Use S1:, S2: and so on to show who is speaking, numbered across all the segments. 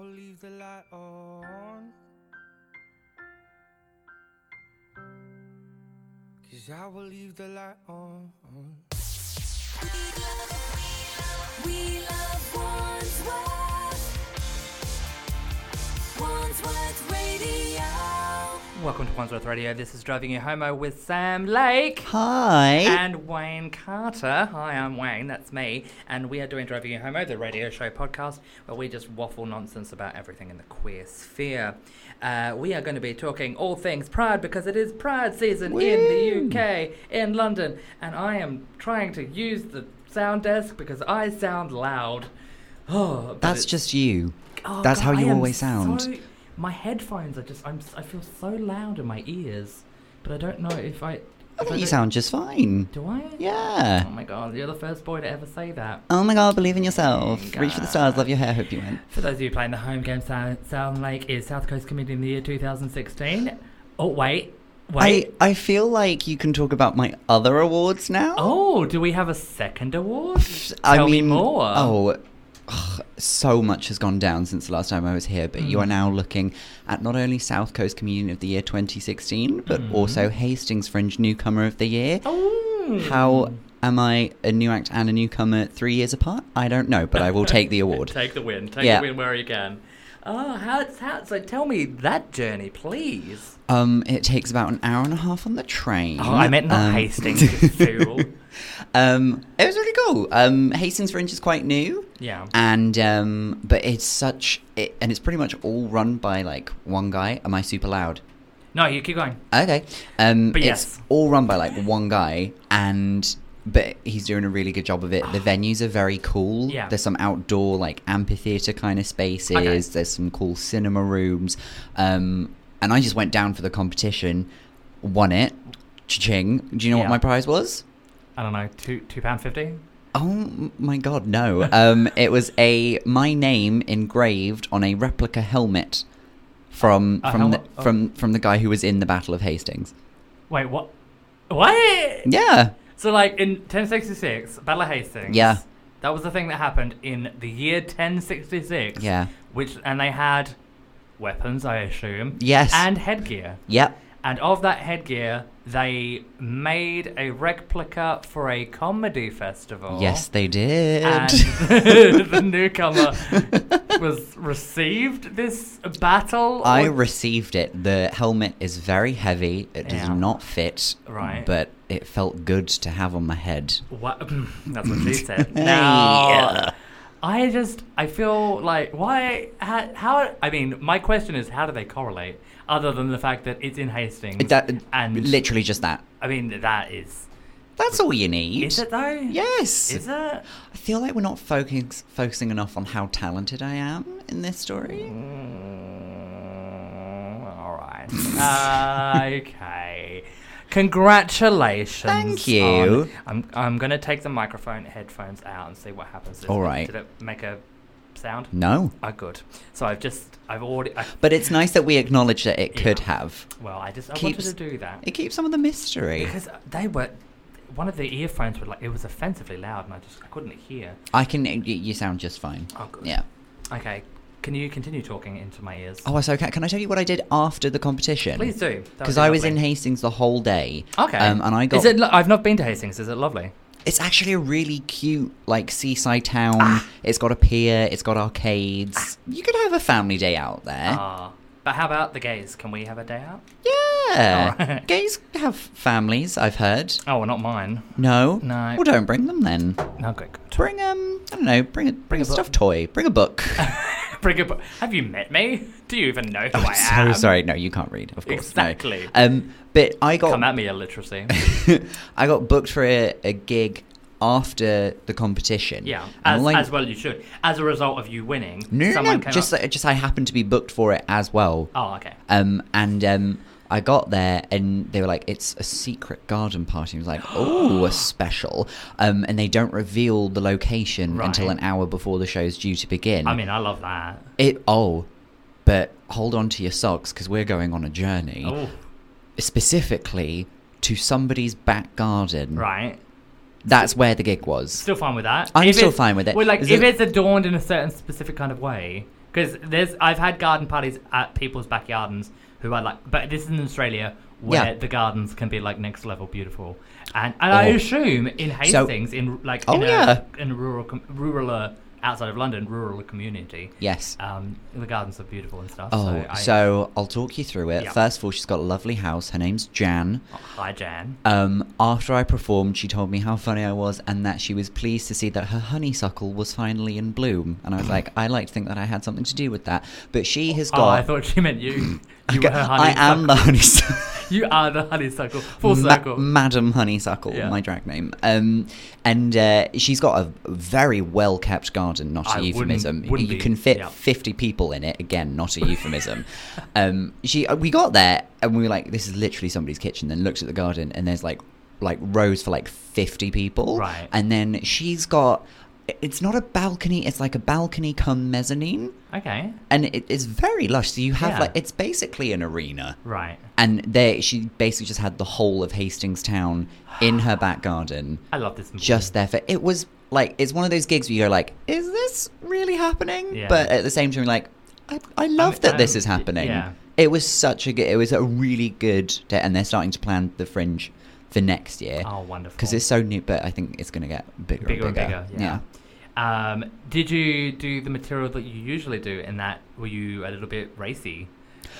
S1: leave the light on. Cause I will leave the light on.
S2: We love Wandsworth. Wandsworth Radio.
S3: Welcome to Wandsworth Radio. This is Driving You Homo with Sam Lake
S4: Hi.
S3: and Wayne Carter. Hi, I'm Wayne. That's me. And we are doing Driving You Homo, the radio show podcast, where we just waffle nonsense about everything in the queer sphere. Uh, we are going to be talking all things Pride because it is Pride season in the UK, in London. And I am trying to use the sound desk because I sound loud. Oh, but
S4: That's
S3: it-
S4: just you.
S3: Oh,
S4: That's
S3: God,
S4: how you
S3: I am
S4: always sound.
S3: so- my headphones are just. I'm. s- I feel so loud in my ears, but I don't know if I.
S4: I
S3: if
S4: think you
S3: don't-
S4: sound just fine.
S3: Do I?
S4: Yeah.
S3: Oh my god, you're the first boy to ever say that.
S4: Oh my god, believe in yourself. Reach for the stars,
S3: God.
S4: love your hair, hope you win.
S3: For those of you playing the home game, Sound, Sound Lake is South Coast Comedian of the Year 2016. Oh wait,
S4: I,
S3: wait.
S4: I feel like you can talk about my other awards now.
S3: Oh, do we have a second award?
S4: I
S3: Tell
S4: mean,
S3: me more.
S4: Oh, ugh, so much has gone down since the last time I was here, but
S3: Hmm.
S4: you are now looking at not only South Coast Comedian of the Year 2016, but
S3: Hmm.
S4: also Hastings Fringe Newcomer of the Year.
S3: Oh.
S4: How am I a new act and a newcomer three years apart? I don't know, but I will take the award.
S3: Take the win. Take
S4: Yeah.
S3: the win where you can. Oh, how it's how? So tell me that journey, please.
S4: Um, it takes about an hour and a half on the train.
S3: Oh, I meant not
S4: Um,
S3: Hastings, you fool.
S4: Um, it was really cool. Um, Hastings Fringe is quite new.
S3: Yeah.
S4: And um, but it's such, it, and it's pretty much all run by like one guy. Am I super loud?
S3: No, you keep going.
S4: Okay. Um,
S3: But yes.
S4: It's all run by like one guy, and but he's doing a really good job of it. The venues are very cool.
S3: Yeah.
S4: There's some outdoor like amphitheater kind of spaces.
S3: Okay.
S4: There's some cool cinema rooms. Um, and I just went down for the competition, won it. Ching. Do you know
S3: Yeah.
S4: what my prize was?
S3: I don't know, two two pound fifty.
S4: Oh m- my god, no. Um, it was a my name engraved on a replica helmet from
S3: A oh.
S4: from
S3: helmet?
S4: the, from from the guy who was in the Battle of Hastings.
S3: Wait, what? What?
S4: Yeah.
S3: So like in 1066, Battle of Hastings.
S4: Yeah.
S3: That was the thing that happened in the year 1066.
S4: Yeah.
S3: Which and they had weapons, I assume.
S4: Yes.
S3: And headgear.
S4: Yep.
S3: And of that headgear, they made a replica for a comedy festival.
S4: Yes, they did.
S3: and the newcomer was received this battle.
S4: I
S3: or-
S4: received it. The helmet is very heavy. It does
S3: Yeah.
S4: not fit.
S3: Right.
S4: But it felt good to have on my head.
S3: Wha That's what she said. Now,
S4: Yeah.
S3: I just I feel like why how, how I mean my question is how do they correlate other than the fact that it's in Hastings
S4: That,
S3: and
S4: literally just that.
S3: I mean that is
S4: That's all you need.
S3: is it though
S4: Yes.
S3: is it
S4: I feel like we're not focus, focusing enough on how talented I am in this story.
S3: Mm, all right okay. Congratulations!
S4: Thank you.
S3: on- I'm I'm gonna take the microphone headphones out and see what happens. Did-
S4: All right.
S3: Did it make a sound?
S4: No.
S3: Oh, good. So I've just, I've already, I,
S4: But it's nice that we acknowledge that it could
S3: Yeah.
S4: have.
S3: well, I just, I
S4: keeps-
S3: wanted to do that
S4: It keeps some of the mystery.
S3: because they were, one of the earphones were like, it was offensively loud, and I just, I couldn't hear.
S4: I can. y- You sound just fine.
S3: Oh, good.
S4: Yeah.
S3: Okay, can you continue talking into my ears?
S4: Oh, it's okay. Can I tell you what I did after the competition?
S3: Please do. That would
S4: Because
S3: be
S4: I was in
S3: lovely.
S4: Hastings the whole day.
S3: Okay.
S4: Um, and I got.
S3: Is it? Lo- I've not been to Hastings. Is it lovely?
S4: It's actually a really cute, like seaside town.
S3: Ah.
S4: It's got a pier. It's got arcades. You could have a family day out there.
S3: Ah. but how about the gays? Can we have a day out?
S4: yeah.
S3: Alright.
S4: Gays have families. I've heard.
S3: Oh, well, not mine.
S4: No.
S3: No.
S4: Well, don't bring them then.
S3: Okay, good.
S4: Bring um. I don't know. Bring a bring a
S3: book. Oh,
S4: stuffed toy. Bring a book.
S3: Pretty good. Have you met me? Do you even know who I
S4: I'm
S3: am?
S4: so sorry. No, you can't read. Of course. no.
S3: Exactly.
S4: Um. But I got
S3: Come at me, illiteracy.
S4: I got booked for a, a gig after the competition.
S3: Yeah,
S4: And
S3: as,
S4: all I-
S3: as well you should. As a result of you winning,
S4: No, no,
S3: someone
S4: no.
S3: came
S4: Just
S3: up-
S4: uh, just I happened to be booked for it as well.
S3: Oh, okay.
S4: Um, and um, I got there and they were like, it's a secret garden party. I was like, oh, a special. Um, and they don't reveal the location
S3: Right.
S4: until an hour before the show's due to begin.
S3: I mean, I love that.
S4: it, oh, but hold on to your socks because we're going on a journey
S3: Oh,
S4: specifically to somebody's back garden.
S3: right.
S4: That's where the gig was.
S3: Still fine with that.
S4: I'm still
S3: it's-
S4: fine with it.
S3: Well, like,
S4: Is
S3: if
S4: it-
S3: it's adorned in a certain specific kind of way, because there's I've had garden parties at people's back gardens who are like, but this is in Australia where
S4: Yeah.
S3: the gardens can be like next level beautiful, and and I
S4: Oh.
S3: assume in Hastings in like
S4: Oh,
S3: in, a,
S4: yeah.
S3: in a rural com- rural uh, outside of London rural community,
S4: Yes.
S3: um, the gardens are beautiful and stuff.
S4: Oh,
S3: so, I,
S4: so, I'll talk you through it.
S3: Yeah.
S4: First of all, she's got a lovely house. Her name's Jan.
S3: Oh, hi Jan.
S4: Um, after I performed, she told me how funny I was and that she was pleased to see that her honeysuckle was finally in bloom. And I was like, I like to think that I had something to do with that. But she has
S3: Oh, I
S4: got.
S3: thought she meant you. You
S4: Okay,
S3: were her
S4: I am
S3: honeysuckle.
S4: the honeysuckle.
S3: You are the honeysuckle. Full
S4: Ma-
S3: circle.
S4: Madam Honeysuckle,
S3: Yeah.
S4: my drag name. Um, and uh, she's got a very well kept garden, not a
S3: I wouldn't-
S4: euphemism.
S3: wouldn't
S4: you
S3: be,
S4: can fit
S3: yeah.
S4: 50 people in it, again, not a euphemism. um, she, uh, we got there and we were like, this is literally somebody's kitchen. Then looked at the garden and there's like, like rows for like 50 people.
S3: Right.
S4: And then she's got, it's not a balcony, it's like a balcony come mezzanine.
S3: okay.
S4: And it, it's very lush. So you have
S3: Yeah.
S4: like, it's basically an arena
S3: Right.
S4: and there she basically just had the whole of Hastings town in her back garden
S3: I love this movie.
S4: just there for it was like it's one of those gigs where you go like is this really happening
S3: Yeah.
S4: but at the same time you're like I, I love
S3: mean,
S4: that this
S3: um,
S4: is happening
S3: yeah.
S4: it was such a good it was a really good day and they're starting to plan the fringe for next year
S3: Oh, wonderful.
S4: because it's so new but I think it's going to get bigger,
S3: bigger
S4: and
S3: and
S4: bigger,
S3: bigger. Yeah. Um, did you do the material that you usually do? In that, were you a little bit racy,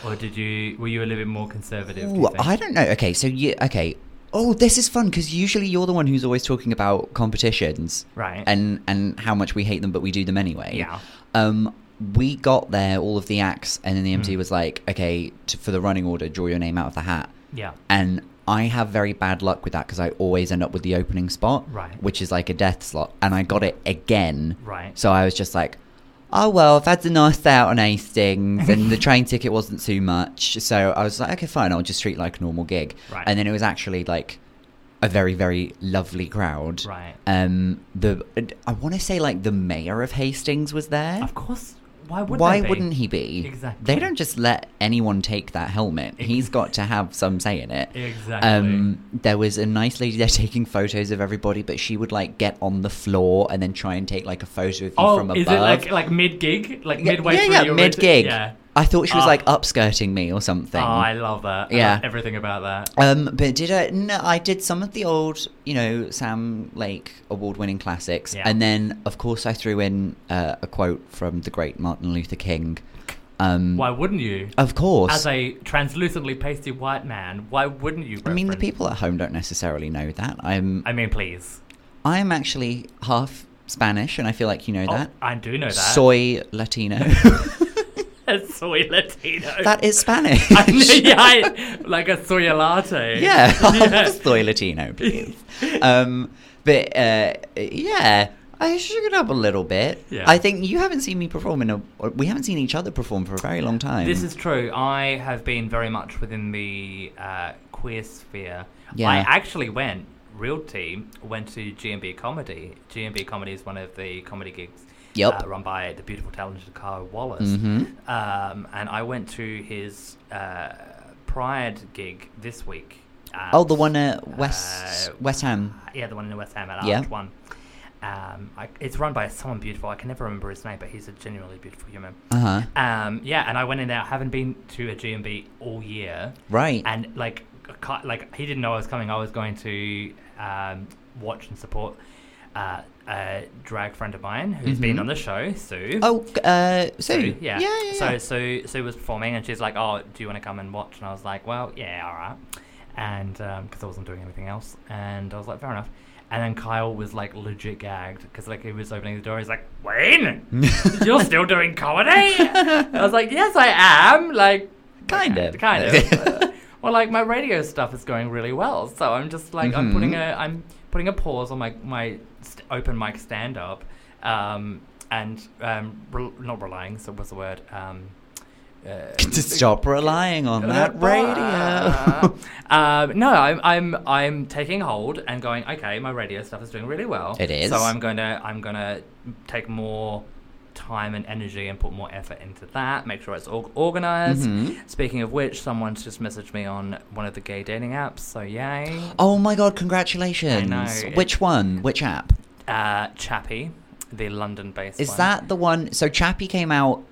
S3: or did you were you a little bit more conservative? do you
S4: Ooh,
S3: think?
S4: I don't know. Okay, so you okay. Oh, this is fun because usually you're the one who's always talking about competitions,
S3: Right.
S4: And and how much we hate them, but we do them anyway.
S3: Yeah.
S4: Um, we got there all of the acts, and then the MC
S3: Hmm.
S4: was like, "Okay, t- for the running order, draw your name out of the hat."
S3: yeah.
S4: And I have very bad luck with that because I always end up with the opening spot,
S3: Right.
S4: Which is like a death slot, and I got it again,
S3: Right.
S4: So I was just like, oh, well, I've had a nice day out on Hastings and the train ticket wasn't too much. So I was like, okay, fine, I'll just treat it like a normal gig.
S3: Right.
S4: And then it was actually like a very, very lovely crowd.
S3: Right.
S4: Um, the I want to say like the mayor of Hastings was there.
S3: Of course. Why
S4: Eh?
S3: would?
S4: Why
S3: they be?
S4: wouldn't he be?
S3: Exactly.
S4: They don't just let anyone take that helmet. He's got to have some say in it.
S3: Exactly.
S4: Um, there was a nice lady there taking photos of everybody, but she would like get on the floor and then try and take like a photo of you
S3: Oh,
S4: from above.
S3: is it like like mid gig, like
S4: yeah,
S3: midway
S4: yeah,
S3: through
S4: yeah,
S3: your
S4: mid gig.
S3: Yeah.
S4: I thought she was
S3: Ah.
S4: like upskirting me or something.
S3: Oh, I love that. I
S4: Yeah.
S3: love everything about that.
S4: Um, but did I? No, I did some of the old, you know, Sam Lake award-winning classics,
S3: Yeah.
S4: and then of course I threw in uh, a quote from the great Martin Luther King. Um,
S3: Why wouldn't you?
S4: Of course.
S3: As a translucently pasty white man, why wouldn't you?
S4: I mean, the
S3: reference-
S4: people at home don't necessarily know that. I'm
S3: I mean, please.
S4: I am actually half Spanish, and I feel like you know
S3: Oh,
S4: that.
S3: I do know that.
S4: Soy Latino.
S3: soy Latino.
S4: that is Spanish.
S3: I know, yeah, I- like a soy latte.
S4: yeah,
S3: Yeah.
S4: half soy Latino, please. um, but uh, yeah, I sugared up a little bit.
S3: Yeah.
S4: I think you haven't seen me perform in a. or We haven't seen each other perform for a very long time.
S3: This is true. I have been very much within the uh, queer sphere.
S4: Yeah.
S3: I actually went real team went to GMB Comedy. GMB Comedy is one of the comedy gigs.
S4: Yep.
S3: Uh, run by the beautiful talented Kyle Wallace.
S4: Mhm.
S3: Um, and I went to his uh, Pride gig this week. at,
S4: Oh, the one at West
S3: uh,
S4: West Ham.
S3: Yeah, the one in West Ham at
S4: Yeah.
S3: Arch One. Um, I, it's run by someone beautiful. I can never remember his name, but he's a genuinely beautiful human.
S4: Uh huh.
S3: Um, yeah, and I went in there. I haven't been to a GMB all year,
S4: Right.
S3: and like, a cu- like he didn't know I was coming. I was going to um, watch and support uh, a drag friend of mine who's been
S4: Mhm.
S3: on the show, Sue.
S4: oh, uh, so
S3: Sue,
S4: yeah, yeah, yeah.
S3: So Sue, Sue was performing, and she's like, "Oh, do you want to come and watch?" And I was like, "Well, yeah, all right," and because I wasn't doing anything else, and I was like, "Fair enough." And then Kyle was like legit gagged because like he was opening the door. He's like, "Wayne, you're still doing comedy?" I was like, "Yes, I am." Like,
S4: Kind
S3: okay,
S4: of.
S3: kind of. well, like my radio stuff is going really well, so I'm just like I'm putting a
S4: Mhm.
S3: I'm putting a pause on my my st- open mic stand up, um, and um, rel not relying. So what's the word? Um, uh,
S4: to stop relying on that radio.
S3: um, no, I'm I'm I'm taking hold and going. Okay, my radio stuff is doing really well.
S4: It is.
S3: So I'm gonna I'm gonna take more time and energy and put more effort into that. Make sure it's all organized.
S4: Mhm.
S3: Speaking of which, someone's just messaged me on one of the gay dating apps. So yay.
S4: oh my god! Congratulations.
S3: I know,
S4: Which one? Which app?
S3: Uh, Chappie, the London-based.
S4: Is
S3: one.
S4: that the one? So Chappie came out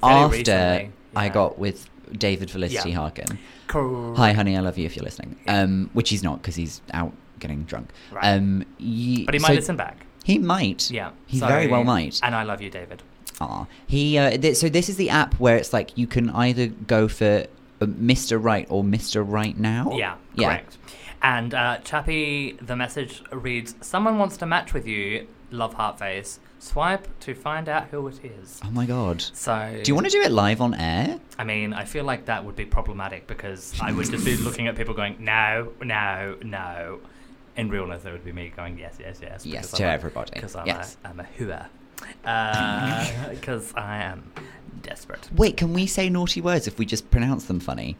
S3: fairly
S4: after
S3: recently,
S4: I
S3: yeah.
S4: got with David Felicity
S3: Yeah.
S4: Harkin.
S3: Correct.
S4: Hi, honey, I love you if you're listening.
S3: Yeah.
S4: Um, which he's not because he's out getting drunk.
S3: Right.
S4: Um, ye-
S3: But he might
S4: so
S3: listen back.
S4: He might.
S3: Yeah.
S4: He very
S3: so-
S4: well might.
S3: And I love you, David.
S4: Ah, he. Uh, th- so this is the app where it's like you can either go for uh, Mr. Right or Mr. Right Now.
S3: Yeah,
S4: Yeah.
S3: correct. And uh, Chappie, the message reads Someone wants to match with you, love heart face. Swipe to find out who it is.
S4: Oh my god.
S3: So,
S4: Do you want to do it live on air?
S3: I mean, I feel like that would be problematic because I would just be looking at people going, no, no, no. In realness, it would be me going, yes, yes, yes.
S4: Yes,
S3: because
S4: to
S3: I'm a-
S4: everybody.
S3: Because I'm,
S4: Yes.
S3: a, I'm a hooer. Because I am desperate.
S4: Wait, can we say naughty words if we just pronounce them funny?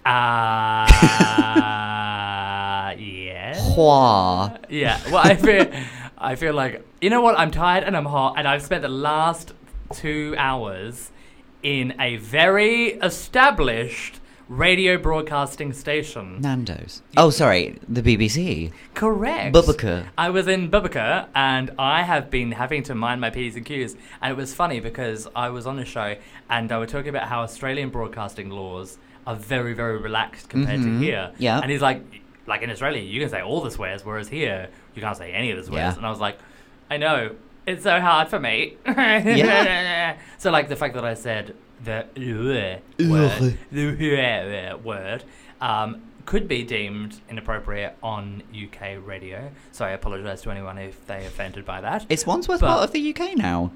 S3: Uh, yes.
S4: Hua.
S3: Yeah. Well, I feel, I feel like you know what? I'm tired and I'm hot, and I've spent the last two hours in a very established radio broadcasting station.
S4: Nando's. Oh, sorry, the BBC.
S3: Correct.
S4: Bubaka.
S3: I was in Bubaka and I have been having to mind my P's and Q's. And it was funny because I was on a show and I were talking about how Australian broadcasting laws are very, very relaxed compared
S4: Mhm.
S3: to here.
S4: Yeah.
S3: And he's like, like in Australia, you can say all the swears, whereas here, you can't say any of the swears.
S4: Yeah.
S3: And I was like, I know, it's so hard for me. So, like, the fact that I said the uh,
S4: Ugh.
S3: word, the uh, word, um, could be deemed inappropriate on UK radio. So I apologise to anyone if they offended by that.
S4: It's Wandsworth
S3: But-
S4: part of the UK now.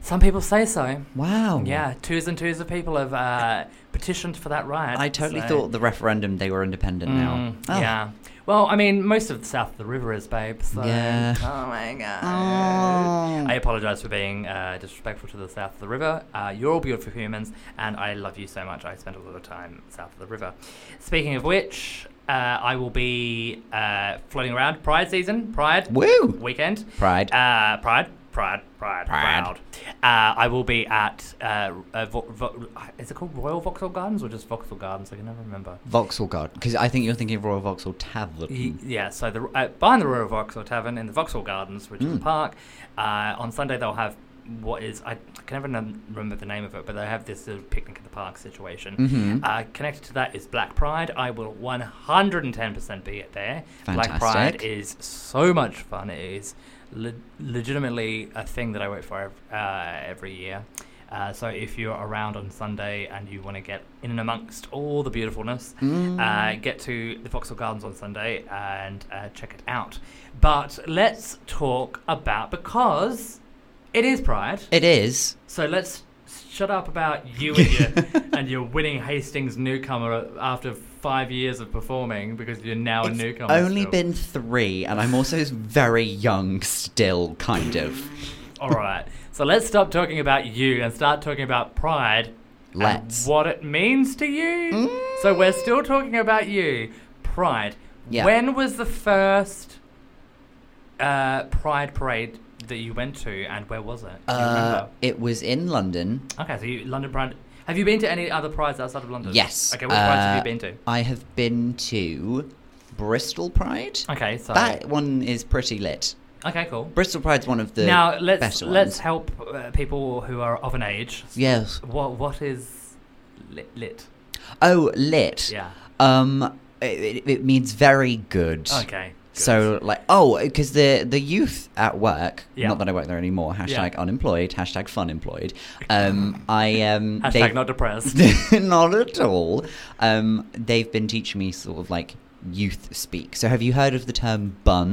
S3: Some people say so.
S4: Wow.
S3: Yeah, twos and twos of people have uh, petitioned for that right.
S4: I totally
S3: so-
S4: thought the referendum they were independent now.
S3: Mm,
S4: Oh.
S3: Yeah. Well, I mean, most of the south of the river is, babe. So.
S4: Yeah.
S3: Oh my god.
S4: Oh.
S3: I apologise for being uh, disrespectful to the south of the river. Uh, you're all beautiful humans, and I love you so much. I spend a lot of time south of the river. Speaking of which, uh, I will be uh, floating around Pride season, Pride
S4: Woo!
S3: weekend,
S4: Pride.
S3: uh, Pride, Pride, Pride,
S4: Pride.
S3: Proud. Uh, I will be at uh, uh, vo- vo- is it called Royal Vauxhall Gardens or just Vauxhall Gardens? I can never remember.
S4: Vauxhall Garden. Because I think you're thinking of Royal Vauxhall Tavern.
S3: Y- Yeah, so the, uh, behind the Royal Vauxhall Tavern in the Vauxhall Gardens, which is a
S4: Mm.
S3: park, uh, on Sunday they'll have what is, I, I can never num- remember the name of it, but they have this sort of picnic at the park situation.
S4: Mhm.
S3: Uh, connected to that is Black Pride. I will 110% be at there. Black Pride
S4: Fantastic.
S3: is so much fun. It is le- legitimately a thing that I wait for ev- uh, every year. Uh, so if you're around on Sunday and you want to get in and amongst all the beautifulness, uh, get to the Vauxhall Gardens on Sunday and uh, check it out. But let's talk about because it is Pride.
S4: It is.
S3: So let's shut up about you and your and your winning Hastings newcomer after five years of performing because you're now
S4: It's
S3: a newcomer.
S4: only
S3: still.
S4: been three, and I'm also very young still, kind of.
S3: all right. So let's stop talking about you and start talking about pride. and
S4: Let's. Mm.
S3: what it means to you. So we're still talking about you, pride.
S4: Yeah.
S3: When was the first uh, pride parade that you went to, and where was it? Do you
S4: Uh,
S3: remember?
S4: it was in London.
S3: Okay, so you, London Pride. Have you been to any other prides outside of London?
S4: Yes.
S3: Okay, which prides have
S4: uh,
S3: you been to?
S4: I have been to Bristol Pride.
S3: Okay, so
S4: That one is pretty lit.
S3: okay, cool.
S4: Bristol Pride's one of the
S3: now let's
S4: better
S3: let's
S4: ones.
S3: help uh, people who are of an age.
S4: Yes.
S3: What what is lit? lit?
S4: Oh, lit.
S3: Yeah.
S4: Um, it, it- it means very good.
S3: Okay. good.
S4: So like oh because the the youth at work
S3: Yeah.
S4: not that I work there anymore hashtag
S3: Yeah.
S4: unemployed hashtag fun employed um I um
S3: hashtag
S4: they-
S3: not depressed.
S4: not at all um they've been teaching me sort of like youth speak so have you heard of the term bun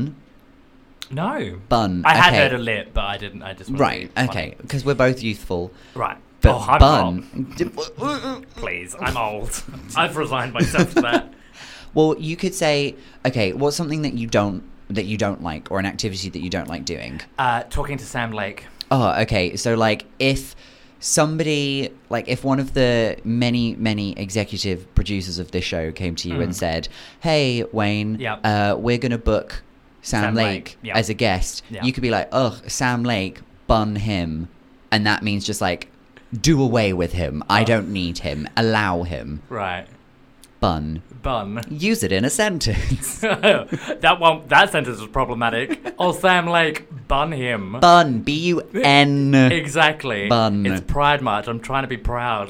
S3: no.
S4: bun
S3: I had
S4: um, okay.
S3: heard a lit, but I didn't. I just wanted to
S4: right
S3: be funny.
S4: okay because we're both youthful
S3: Right.
S4: but
S3: oh, I'm old.
S4: bun
S3: Please, I'm old. I've resigned myself to that.
S4: Well, you could say, okay, what's something that you don't that you don't like, or an activity that you don't like doing?
S3: Uh, talking to Sam Lake.
S4: Oh, okay. So like if somebody like if one of the many many executive producers of this show came to you
S3: Mm.
S4: and said, "Hey, Wayne,
S3: Yep.
S4: uh, we're gonna book Sam,
S3: Sam
S4: Lake,
S3: Lake, yep.
S4: as a guest,"
S3: Yeah.
S4: you could be like, "Ugh, Sam Lake, bun him," and that means just like. Do away with him. I don't need him. Allow him.
S3: Right.
S4: Bun.
S3: Bun.
S4: Use it in a sentence.
S3: that one. That sentence was problematic. oh, Sam Lake, bun him.
S4: Bun. B U N.
S3: Exactly.
S4: Bun.
S3: It's Pride March. I'm trying to be proud.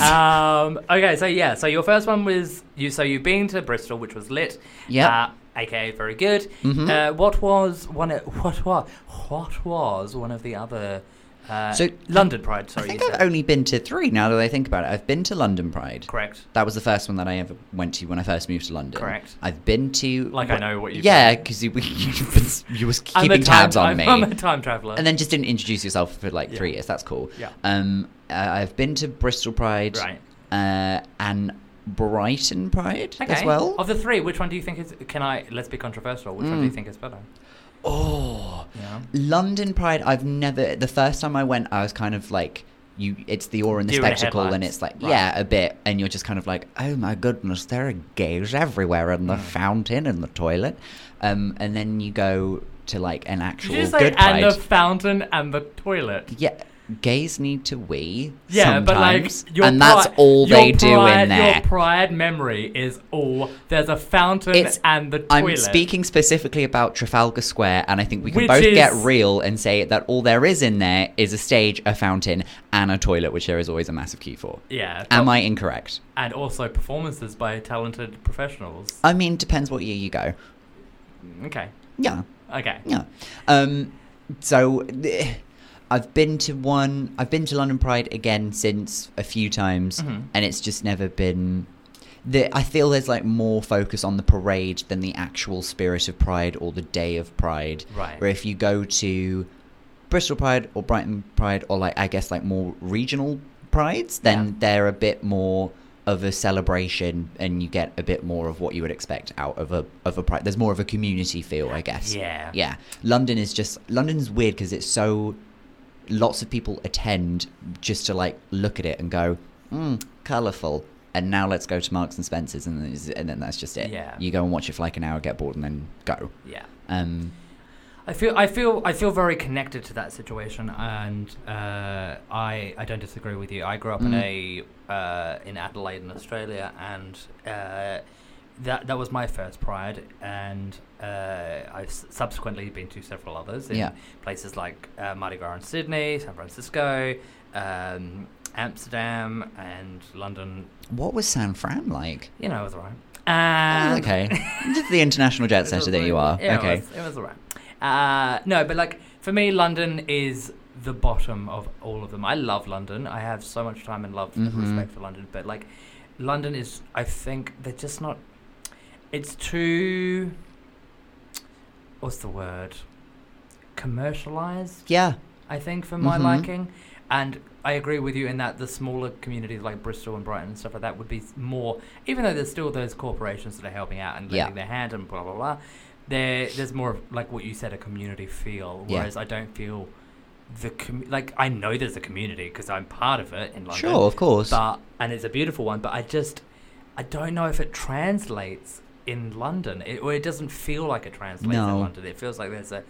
S3: um, okay, so yeah, so your first one was you. So you've been to Bristol, which was lit.
S4: Yep. Mm-hmm.
S3: Uh, AKA very good. Uh, what was one? Of, what was what was one of the other? Uh,
S4: So-
S3: London Pride.
S4: I
S3: Sorry,
S4: think
S3: you
S4: I've
S3: said.
S4: only been to three now that I think about it. I've been to London Pride.
S3: correct.
S4: That was the first one that I ever went to when I first moved to London.
S3: Correct.
S4: I've been to.
S3: Like, I know what you've
S4: Yeah, because you, you was- you was
S3: I'm a
S4: keeping
S3: time-
S4: tabs on
S3: I'm-
S4: me.
S3: I'm a time traveler.
S4: and then just didn't introduce yourself for like three
S3: Yeah.
S4: years. That's cool.
S3: Yeah.
S4: Um, uh, I've been to Bristol Pride.
S3: Right.
S4: Uh, and Brighton Pride
S3: okay.
S4: as well. Mm.
S3: Of the three, which one do you think is? Can I? Let's be controversial. Which one do you think is better?
S4: oh.
S3: Yeah.
S4: London Pride, I've never. The first time I went, I was kind of like, you. It's the awe and the
S3: Deer in the
S4: spectacle, and
S3: headlights.
S4: it's like,
S3: Right.
S4: yeah, a bit, and you're just kind of like, oh my goodness, there are gays everywhere, and the
S3: Hmm.
S4: fountain, and the toilet, um, and then you go to like an actual
S3: Did you just say
S4: good
S3: and
S4: pride.
S3: the fountain and the toilet?
S4: yeah, gays need to wee.
S3: Yeah, but like
S4: sometimes,
S3: your
S4: and that's
S3: pri-
S4: all
S3: your
S4: they do
S3: pride-
S4: in there.
S3: Your pride memory is all there's a fountain
S4: It's-
S3: and the
S4: I'm
S3: toilet.
S4: speaking specifically about Trafalgar Square, and I think we can
S3: Which
S4: both get
S3: is-
S4: real and say that all there is in there is a stage, a fountain, and a toilet, which there is always a massive queue for.
S3: Yeah,
S4: Am
S3: well,
S4: I incorrect?
S3: and also performances by talented professionals.
S4: I mean, depends what year you go.
S3: Okay,
S4: Yeah,
S3: okay,
S4: yeah. Um, so th- I've been to one. I've been to London Pride again since a few times,
S3: Mm-hmm.
S4: and it's just never been. The, I feel there's like more focus on the parade than the actual spirit of Pride or the day of Pride.
S3: Right.
S4: Where if you go to Bristol Pride or Brighton Pride or like I guess like more regional prides, then
S3: Yeah.
S4: they're a bit more of a celebration and you get a bit more of what you would expect out of a of a pride. There's more of a community feel, I guess.
S3: Yeah.
S4: Yeah. London is just London's weird because it's so lots of people attend just to like look at it and go, mm, colorful. And now let's go to Marks and Spencers, and then, it's- and then that's just it.
S3: Yeah.
S4: You go and watch it for like an hour, get bored, and then go.
S3: yeah.
S4: Um,
S3: I feel, I feel, I feel very connected to that situation, and uh, I, I don't disagree with you. I grew up in
S4: Mm.
S3: a, uh, in Adelaide, in Australia, and uh, that that was my first Pride, and uh, I've s- subsequently been to several others in
S4: Yeah.
S3: places like uh, Mardi Gras in Sydney, San Francisco, um, Amsterdam, and London.
S4: what was San Fran like?
S3: You know, it was alright. And
S4: Oh, okay. Just the international jet setter that you are.
S3: yeah,
S4: okay.
S3: It was, it was alright. Uh, no, but like for me, London is the bottom of all of them. I love London. I have so much time and love
S4: Mm-hmm.
S3: and respect for London. But like, London is, I think they're just not. It's too. What's the word? Commercialized.
S4: Yeah.
S3: I think, for my
S4: Mhm.
S3: liking. And I agree with you in that the smaller communities like Bristol and Brighton and stuff like that would be s- more, even though there's still those corporations that are helping out and
S4: Yeah.
S3: lending their hand and blah, blah, blah. There, there's more of, like what you said, a community feel.
S4: Yeah.
S3: Whereas I don't feel the, com- like, I know there's a community because I'm part of it in London.
S4: Sure, of course.
S3: But, and it's a beautiful one, but I just, I don't know if it translates in London. It, or it doesn't feel like it translates in
S4: No.
S3: London. It feels like there's a,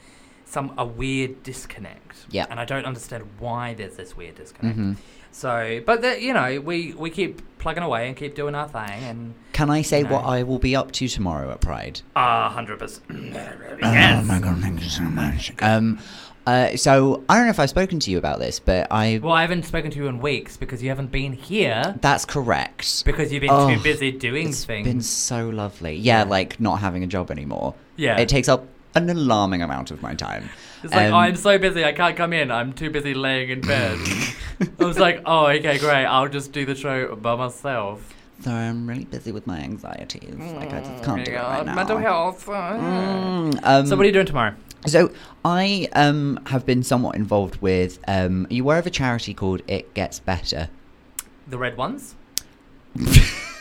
S3: some a weird disconnect.
S4: Yeah.
S3: And I don't understand why there's this weird disconnect.
S4: Mhm.
S3: So, but the, you know, we we keep plugging away and keep doing our thing, and
S4: Can I say what
S3: No.
S4: I will be up to tomorrow at Pride?
S3: a hundred percent. Yes.
S4: Oh my god, thank you so much. Um, uh, so I don't know if I've spoken to you about this, but I.
S3: Well, I haven't spoken to you in weeks because you haven't been here
S4: That's correct.
S3: because you've been
S4: Oh,
S3: too busy doing
S4: It's
S3: things.
S4: been so lovely. Yeah, like not having a job anymore.
S3: Yeah.
S4: It takes up an alarming amount of my time.
S3: It's like,
S4: Um,
S3: oh, I'm so busy, I can't come in. I'm too busy laying in bed. I was like, oh, okay, great. I'll just do the show by myself.
S4: So I'm really busy with my anxieties. Like I
S3: Mm,
S4: just can't do it right now.
S3: Mental health. Uh,
S4: Mm, um,
S3: So, what are you doing tomorrow?
S4: So I um have been somewhat involved with um are you aware of a charity called It Gets Better?
S3: The red ones? is,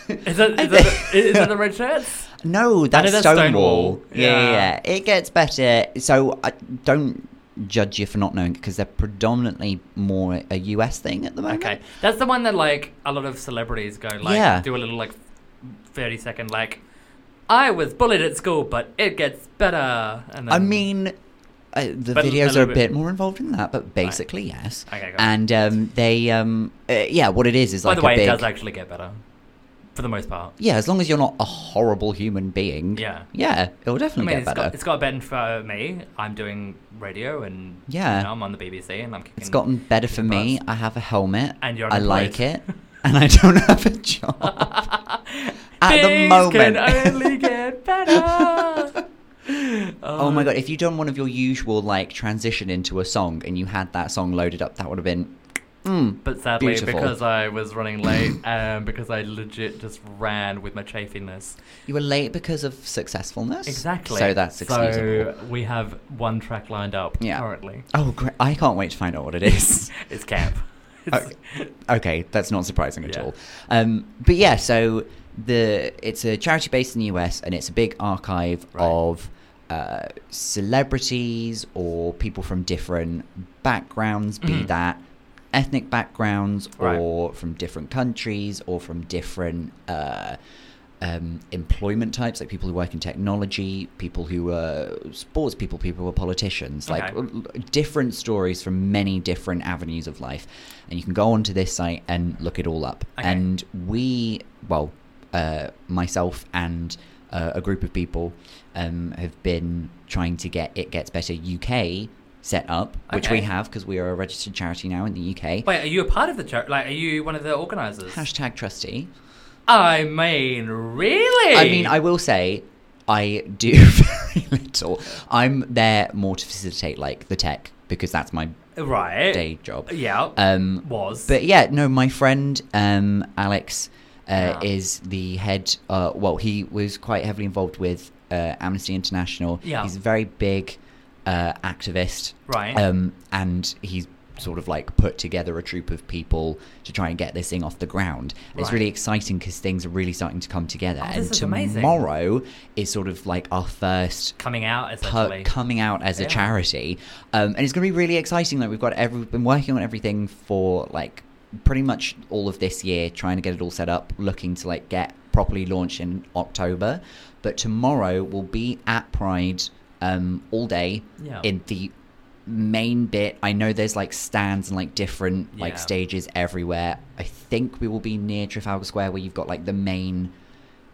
S3: it, is, it, is it the red shirts?
S4: No, that's,
S3: that's
S4: Stonewall.
S3: Stonewall.
S4: Yeah. yeah,
S3: Yeah.
S4: yeah. It gets better. So I don't judge you for not knowing because they're predominantly more a US thing at the moment.
S3: Okay. That's the one that, like, a lot of celebrities go, like,
S4: Yeah.
S3: do a little, like, 30 second, like, I was bullied at school, but it gets better. And then,
S4: I mean, uh, the
S3: But a
S4: videos
S3: little
S4: are a
S3: bit-
S4: bit, more involved in that, but basically yes.
S3: Okay, got it.
S4: and um, they um, uh, yeah, what it is is
S3: by
S4: like
S3: the way,
S4: a big
S3: it does actually get better. for the most part.
S4: Yeah, as long as you're not a horrible human being.
S3: Yeah.
S4: Yeah, it'll
S3: I
S4: definitely
S3: mean,
S4: get
S3: it's
S4: better.
S3: got, it's got better for me. I'm doing radio and
S4: Yeah.
S3: you know, I'm on the BBC and I'm kicking.
S4: It's gotten better for me.
S3: butts.
S4: I have a helmet.
S3: And you're
S4: I
S3: unemployed.
S4: like it. And I don't have a job. At the
S3: Things
S4: moment.
S3: can only get better.
S4: oh my god, if you'd done one of your usual like transition into a song and you had that song loaded up, that would have been mm,
S3: But sadly,
S4: Beautiful.
S3: because I was running late, um, because I legit just ran with my chafiness.
S4: you were late because of successfulness.
S3: Exactly.
S4: So that's excusable.
S3: So we have one track lined up
S4: Yeah.
S3: currently.
S4: Oh great. I can't wait to find out what it is.
S3: It's camp. It's-
S4: okay, that's not surprising at
S3: Yeah.
S4: all. Um, but yeah, so the it's a charity based in the US, and it's a big archive
S3: Right.
S4: of uh, celebrities or people from different backgrounds, be
S3: Mhm.
S4: that ethnic backgrounds
S3: Right.
S4: or from different countries or from different. Uh, um, employment types like people who work in technology, people who are sports people, people who are politicians, like
S3: Okay.
S4: different stories from many different avenues of life and you can go onto this site and look it all up
S3: Okay.
S4: and we well uh, myself and uh, a group of people um, have been trying to get it gets better uk set up which we
S3: Okay.
S4: have because we are a registered charity now in the uk
S3: Wait, are you a part of the church? Like, are you one of the organisers?
S4: hashtag trustee
S3: I mean, really?
S4: I mean, I will say, I do very little. I'm there more to facilitate like the tech because that's my
S3: right.
S4: day job.
S3: Yeah.
S4: Um,
S3: was.
S4: But yeah, no, my friend um, Alex uh,
S3: Yeah.
S4: is the head. Uh, well, he was quite heavily involved with uh, Amnesty International.
S3: Yeah.
S4: he's a very big uh, activist,
S3: Right.
S4: Um, and he's sort of like put together a troop of people to try and get this thing off the ground. And It's
S3: Right.
S4: really exciting because things are really starting to come together.
S3: Oh,
S4: and
S3: this is amazing.
S4: tomorrow is sort of like our first
S3: Coming out,
S4: per-
S3: essentially.
S4: coming out as a
S3: Yeah.
S4: charity, um, and it's going to be really exciting. Like we've got every been working on everything for like pretty much all of this year, trying to get it all set up, looking to like get properly launched in October. But tomorrow we'll be at Pride um, all day
S3: Yeah.
S4: in the main bit. I know there's like stands and like different
S3: Yeah.
S4: like stages everywhere. I think we will be near Trafalgar Square where you've got like the main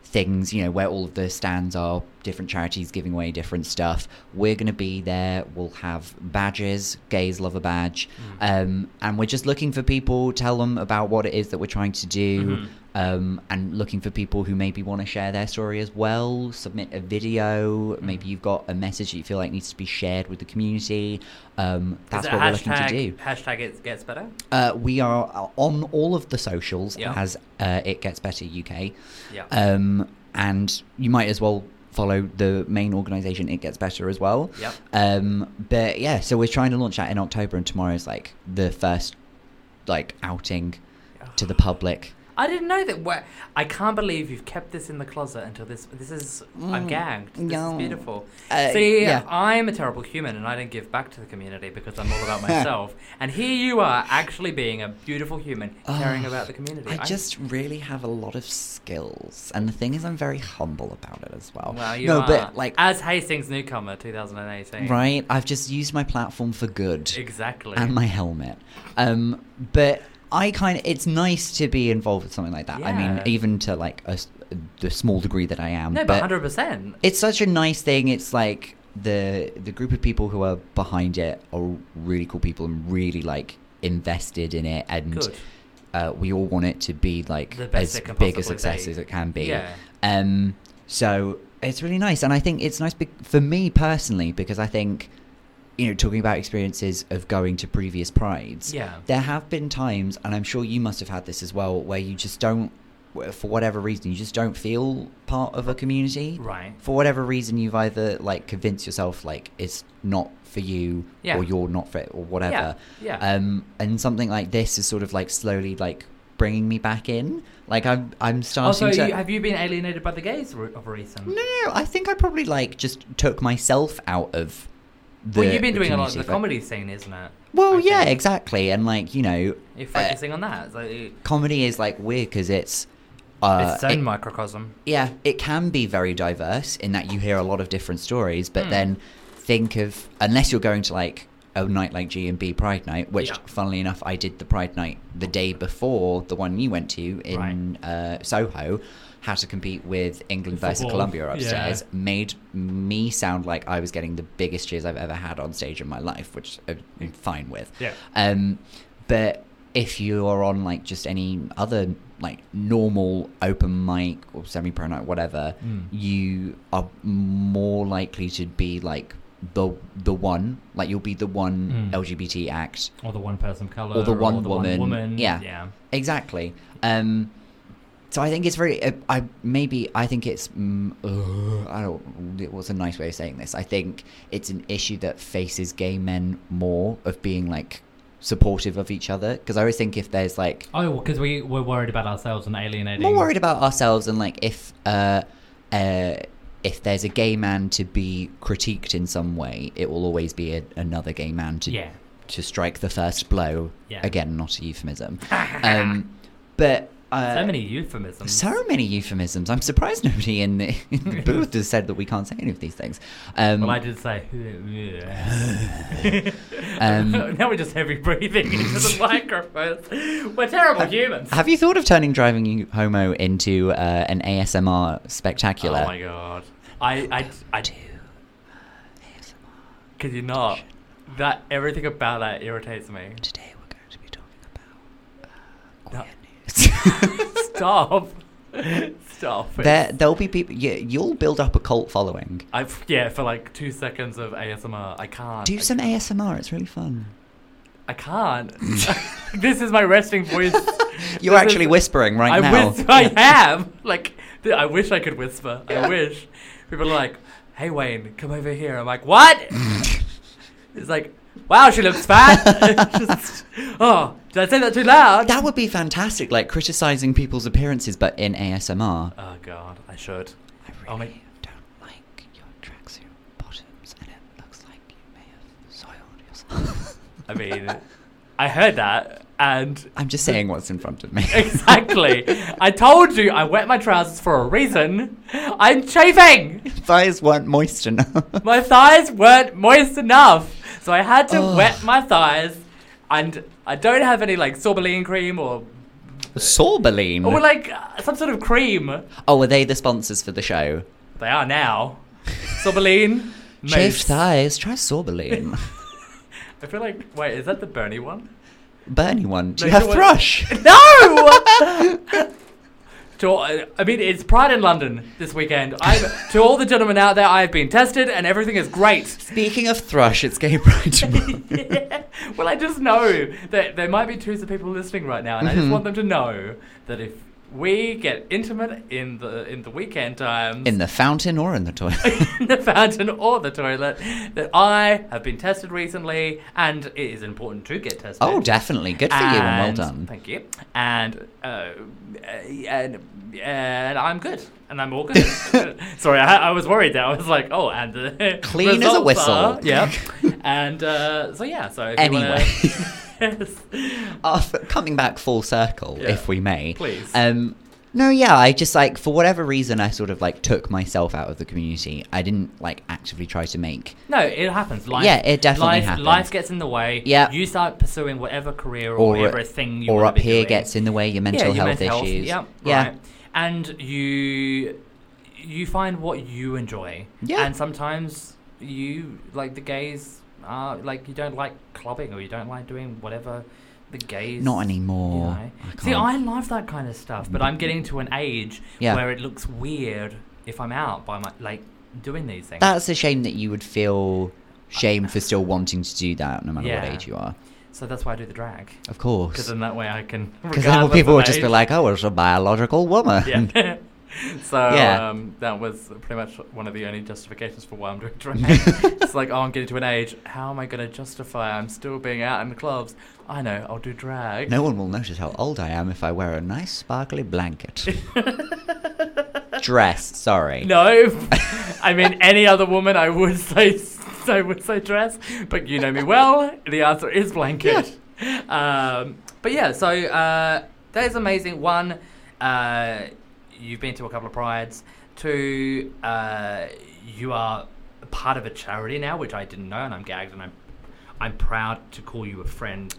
S4: things, you know, where all of the stands are, different charities giving away different stuff. We're going to be there. We'll have badges, gays love a badge.
S3: Mm.
S4: Um, and we're just looking for people, tell them about what it is that we're trying to do.
S3: Mhm.
S4: Um, and looking for people who maybe want to share their story as well, submit a
S3: Mm.
S4: video. Maybe you've got a message that you feel like needs to be shared with the community. Um, that's
S3: Is
S4: what
S3: it
S4: we're
S3: hashtag,
S4: looking to do.
S3: Hashtag it gets better.
S4: Uh, we are on all of the socials
S3: Yeah.
S4: as uh, It Gets Better UK.
S3: Yeah.
S4: Um, and you might as well follow the main organisation, It Gets Better, as well.
S3: Yep.
S4: Um, but yeah, so we're trying to launch that in October, and tomorrow is like the first like outing to the public.
S3: I didn't know that. Wha- I can't believe you've kept this in the closet until this. This is. I'm
S4: Mm,
S3: gagged. This
S4: yeah.
S3: is beautiful.
S4: Uh,
S3: See,
S4: yeah.
S3: I'm a terrible human and I don't give back to the community because I'm all about myself. and here you are, actually being a beautiful human, caring
S4: Ugh,
S3: about the community.
S4: I
S3: I'm-
S4: just really have a lot of skills, and the thing is, I'm very humble about it as well.
S3: Well, you
S4: no,
S3: are.
S4: but like,
S3: as Hastings newcomer, 2018.
S4: right? I've just used my platform for good.
S3: Exactly.
S4: and my helmet. Um, but I kind of it's nice to be involved with something like that. I mean,
S3: Yeah.
S4: even to like a s the small degree that I am.
S3: no, but 100. percent
S4: it's such a nice thing. It's like the the group of people who are behind it are really cool people and really like invested in it and.
S3: Good.
S4: Uh, we all want it to be like
S3: The best
S4: as
S3: it can
S4: big a
S3: possibly
S4: success
S3: be.
S4: as it can be.
S3: Yeah.
S4: Um, so it's really nice, and I think it's nice be- for me personally because I think, you know, talking about experiences of going to previous prides,
S3: Yeah.
S4: there have been times, and I'm sure you must have had this as well, where you just don't, wh- for whatever reason, you just don't feel part of a community.
S3: Right.
S4: For whatever reason, you've either like convinced yourself like it's not for you,
S3: Yeah.
S4: or you're not for it, or whatever.
S3: Yeah, yeah.
S4: Um, and something like this is sort of like slowly like bringing me back in. Like I'm, I'm starting
S3: Also,
S4: to.
S3: you, have you been alienated by the gays re- of recent?
S4: No, no, no, I think I probably like just took myself out of the.
S3: well, you've been
S4: the
S3: doing a lot of the
S4: community, but-
S3: comedy scene, isn't it?
S4: Well,
S3: I
S4: yeah,
S3: think.
S4: exactly, and like you know,
S3: You're
S4: uh,
S3: focusing on that. So you-
S4: comedy is like weird because it's. Uh,
S3: it's its own
S4: it-
S3: microcosm.
S4: yeah, it can be very diverse in that you hear a lot of different stories, but
S3: Hmm.
S4: then think of unless you're going to like a night like G and B Pride Night, which,
S3: Yeah.
S4: funnily enough, I did the Pride Night the day before the one you went to in uh, Soho. Had to compete with England versus
S3: Football.
S4: Colombia
S3: Yeah.
S4: upstairs. Made me sound like I was getting the biggest cheers I've ever had on stage in my life, which I'm fine with.
S3: Yeah.
S4: Um, but if you are on like just any other like normal open mic or semi pro night, whatever,
S3: Mm.
S4: you are more likely to be like the the one, like you'll be the one
S3: Mm.
S4: LGBT act
S3: Or the one person of color.
S4: or the one woman.
S3: woman.
S4: Yeah.
S3: Yeah.
S4: exactly. Um, so I think it's very. Uh, I maybe I think it's. Mm, ugh, I don't. It was a nice way of saying this. I think it's an issue that faces gay men more of being like supportive of each other because I always think if there's like
S3: Oh, because we we're worried about ourselves and alienating.
S4: more worried about ourselves and like if uh, uh, if there's a gay man to be critiqued in some way, it will always be a, another gay man to
S3: Yeah.
S4: to strike the first blow.
S3: Yeah.
S4: Again, not a euphemism. um, but uh,
S3: so many euphemisms.
S4: so many euphemisms. I'm surprised nobody in the, in the booth has said that we can't say any of these things. Um,
S3: Well, I did say.
S4: Um,
S3: now we're just heavy breathing into the microphones. We're terrible humans.
S4: have you thought of turning driving You homo into uh, an ASMR spectacular?
S3: Oh my god. I I I do. Could you not? That everything about that irritates me.
S4: Today we're going to be talking
S3: No.
S4: about queer news.
S3: Stop. Stop. it.
S4: there, there'll be people. You, you'll build up a cult following.
S3: I yeah for like two seconds of ASMR. I can't.
S4: Do
S3: I,
S4: some ASMR. It's really fun.
S3: I can't. this is my resting voice.
S4: You're
S3: This
S4: actually
S3: is-
S4: whispering right
S3: I
S4: now.
S3: Whisper, I am. Like, th- I wish I could whisper. I wish. People are like, hey, Wayne, come over here. I'm like, what? it's like, wow, she looks fat. Just, oh, did I say that too loud?
S4: That would be fantastic. Like criticizing people's appearances, but in ASMR.
S3: oh, God, I should.
S4: I
S3: Oh, my-
S4: really don't like your tracksuit bottoms, and it looks like you may have soiled yourself.
S3: I mean, I heard that, and
S4: I'm just saying what's in front of me.
S3: exactly. I told you I wet my trousers for a reason. I'm chafing.
S4: Thighs weren't moist enough.
S3: My thighs weren't moist enough, so I had to
S4: Ugh.
S3: wet my thighs. And I don't have any like sorbeline cream or
S4: Sorbeline.
S3: or like uh, some sort of cream.
S4: oh, are they the sponsors for the show?
S3: They are now sorbeline.
S4: Shaved
S3: Mace.
S4: thighs. Try Sorbeline.
S3: I feel like wait, is that the Bernie one?
S4: Bernie one. Do
S3: No,
S4: you
S3: you
S4: have
S3: know what-
S4: thrush?
S3: No. to all, uh, I mean, it's Pride in London this weekend. I've, to all the gentlemen out there, I've been tested and everything is great.
S4: Speaking of thrush, it's gay pride. tomorrow.
S3: Well, I just know that there might be two of people listening right now, and I just
S4: Mhm.
S3: want them to know that if we get intimate in the in the weekend times,
S4: in the fountain or in the toilet.
S3: in the fountain or the toilet, that I have been tested recently, and it is important to get tested.
S4: oh, definitely. Good for you and
S3: And-
S4: well done.
S3: Thank you. And uh, and and I'm good, and I'm all good. Sorry, I, I was worried that I was like, oh, and the
S4: Clean as a
S3: results are-
S4: whistle.
S3: yeah. and uh, so yeah. So if you wanna-
S4: Anyway.
S3: Yes.
S4: Arthur, Oh, coming back full circle,
S3: Yeah.
S4: if we may.
S3: Please.
S4: Um, no, yeah, I just like for whatever reason, I sort of like took myself out of the community. I didn't like actively try to make.
S3: No, it happens. Life,
S4: Yeah, it definitely
S3: life,
S4: happens.
S3: Life gets in the way.
S4: Yeah.
S3: You start pursuing whatever career or,
S4: Or-
S3: whatever thing you
S4: or
S3: wanna
S4: up
S3: be
S4: here
S3: doing.
S4: gets in the way your mental
S3: yeah, your
S4: health
S3: mental
S4: issues.
S3: Health. Yeah, Right. And you you find what you enjoy.
S4: Yeah.
S3: And sometimes you like the gays are like you don't like clubbing or you don't like doing whatever the gays
S4: Not
S3: you
S4: anymore.
S3: know.
S4: I
S3: See,
S4: can't.
S3: I love that kind of stuff, but I'm getting to an age
S4: Yeah.
S3: where it looks weird if I'm out by my like doing these things.
S4: That's a shame that you would feel shame for still wanting to do that, no matter what
S3: Yeah.
S4: age you are.
S3: so that's why I do the drag.
S4: Of
S3: Because
S4: course.
S3: then that way I can.
S4: Because then
S3: regardless
S4: people
S3: of
S4: would just be
S3: age-
S4: like, "Oh, it's a biological woman."
S3: Yeah. so
S4: Yeah.
S3: um, that was pretty much one of the only justifications for why I'm doing drag. it's like, oh, I'm getting to an age. How am I going to justify I'm still being out in the clubs? I know, I'll do drag.
S4: No one will notice how old I am if I wear a nice sparkly blanket. Dress, sorry.
S3: No, I mean any other woman, I would say I would say dress, but you know me well. The answer is blanket. Um, but yeah, so uh, that is amazing. One, uh, you've been to a couple of prides. Two, uh, you are part of a charity now, which I didn't know, and I'm gagged, and I'm I'm proud to call you a friend,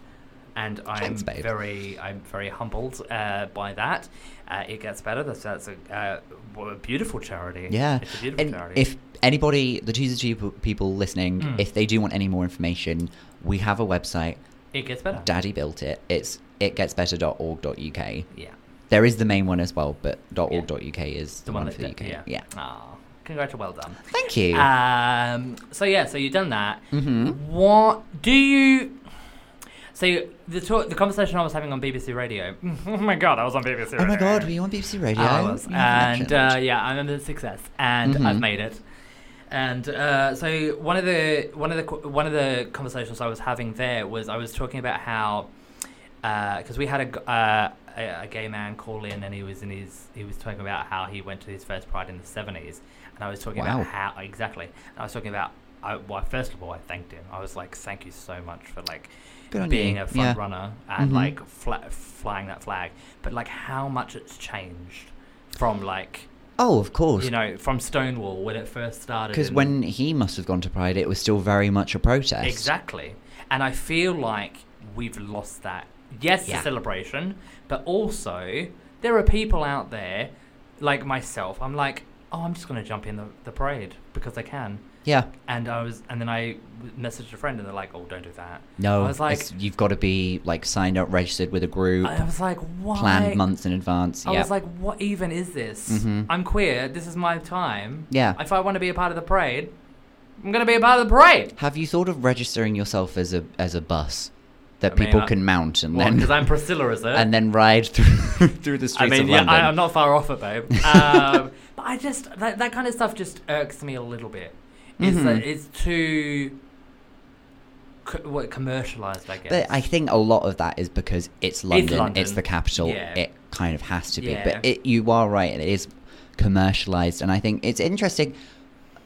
S3: and I'm
S4: Thanks, babe.
S3: very I'm very humbled uh, by that. Uh, it gets better. That's, that's a, uh, w- a beautiful charity.
S4: Yeah.
S3: it's a beautiful
S4: And
S3: charity.
S4: if anybody, the Choose the Cheap people listening,
S3: Mm.
S4: if they do want any more information, we have a website.
S3: it gets better.
S4: Daddy built it. It's itgetsbetter.org.uk.
S3: yeah,
S4: There is the main one as well, but
S3: Yeah.
S4: .org.uk is
S3: the one,
S4: for the
S3: that
S4: UK.
S3: yeah.
S4: yeah.
S3: Aw, congrats, well done.
S4: Thank you.
S3: Um, so yeah, so you've done that.
S4: hmm
S3: What do you? So the talk, the conversation I was having on BBC Radio. oh my god, I was on BBC.
S4: Oh my
S3: Radio.
S4: god, were you on BBC Radio?
S3: I was.
S4: You haven't
S3: And uh,
S4: mentioned.
S3: yeah, I remember the success, and I've
S4: Mhm.
S3: made it. And uh, so one of the one of the qu- one of the conversations I was having there was I was talking about how because we had a, g- uh, a a gay man call in and he was in his he was talking about how he went to his first pride in the seventies, and I was talking
S4: Wow.
S3: about how exactly. And I was talking about I, well, first of all, I thanked him. I was like, thank you so much for like
S4: Good on
S3: being
S4: you.
S3: a front
S4: Yeah.
S3: runner and
S4: Mhm.
S3: like fla- flying that flag, but like how much it's changed from like
S4: oh, of course.
S3: you know from Stonewall when it first started.
S4: Because
S3: and-
S4: when he must have gone to Pride, it was still very much a protest.
S3: exactly, and I feel like we've lost that. Yes,
S4: Yeah.
S3: the celebration, but also there are people out there like myself. I'm like, oh, I'm just gonna jump in the, the parade because I can.
S4: Yeah.
S3: And I was, and then I w- messaged a friend, and they're like, "Oh, don't do that."
S4: No,
S3: I was like,
S4: it's- you've got to be like signed up, registered with a group,
S3: I was like, "Why?"
S4: planned months in advance.
S3: I
S4: yeah.
S3: was like, what even is this?
S4: Mhm.
S3: I'm queer. This is my time.
S4: Yeah.
S3: If I want to be a part of the parade, I'm going to be a part of the parade.
S4: Have you thought of registering yourself as a as a bus that
S3: I mean,
S4: people
S3: I-
S4: can mount and
S3: Because
S4: then
S3: I'm Priscilla, is it?
S4: and then ride through through the
S3: I
S4: streets
S3: mean,
S4: of
S3: yeah,
S4: London?
S3: I, I'm not far off it, babe. Um, but I just, that, that kind of stuff just irks me a little bit. Is that
S4: Mhm.
S3: it's too co- what, commercialized, I guess.
S4: But I think a lot of that is because it's London, it's,
S3: London.
S4: the capital,
S3: Yeah.
S4: it kind of has to be.
S3: Yeah.
S4: But it, you are right, it is commercialized, and I think it's interesting.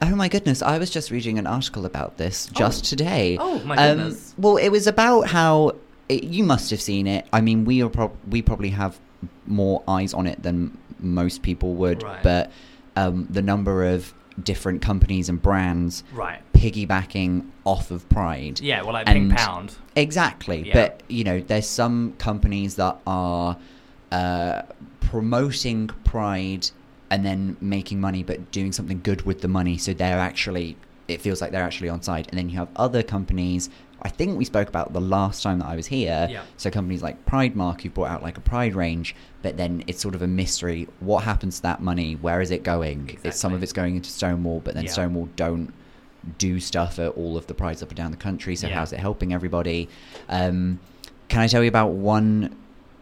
S4: Oh my goodness, I was just reading an article about this just today. Um,
S3: Oh, my goodness.
S4: well, it was about how it, you must have seen it. I mean, we are prob- we probably have more eyes on it than most people would,
S3: Right.
S4: but um, the number of different companies and brands
S3: right.
S4: piggybacking off of Pride.
S3: Yeah, well, like
S4: And-
S3: Pink Pound.
S4: Exactly.
S3: Yeah.
S4: But, you know, there's some companies that are uh, promoting Pride and then making money, but doing something good with the money. So they're actually, it feels like they're actually on side. And then you have other companies. I think we spoke about the last time that I was here.
S3: Yeah.
S4: So companies like Pride Mark who brought out like a Pride range, but then it's sort of a mystery. What happens to that money? Where is it going? It's some of
S3: Exactly.
S4: it's going into Stonewall, but then
S3: Yeah.
S4: Stonewall don't do stuff at all of the prides up and down the country. So
S3: Yeah.
S4: how's it helping everybody? Um, can I tell you about one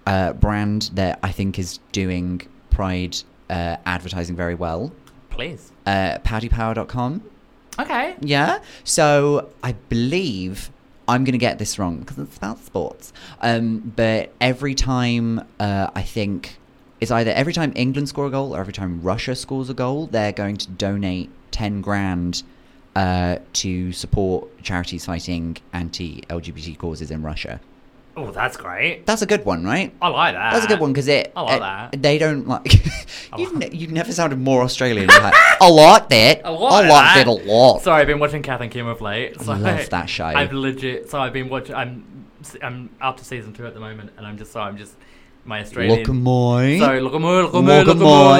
S4: uh, brand that I think is doing Pride uh, advertising very well?
S3: Please.
S4: Uh, PaddyPower.com.
S3: Okay.
S4: Yeah. So I believe I'm going to get this wrong because it's about sports. Um, but every time uh, I think it's either every time England score a goal or every time Russia scores a goal, they're going to donate 10 grand uh, to support charities fighting anti LGBT causes in Russia.
S3: Oh, that's great.
S4: That's a good one, right?
S3: I like that.
S4: That's a good one because it.
S3: Ah, I like
S4: it-
S3: that.
S4: They don't like.
S3: I
S4: you,
S3: like-
S4: ne- you never sounded more Australian. You're like, I liked it.
S3: I
S4: I
S3: like
S4: liked it
S3: that."
S4: a lot.
S3: Sorry, I've been watching Kath and Kim of late. So
S4: love that show.
S3: I've legit. So I've been watching. I'm I'm up to season two at the moment, and I'm just so I'm just my Australian.
S4: Look at mine.
S3: Sorry, look at me, look at me,
S4: Look
S3: look
S4: at
S3: at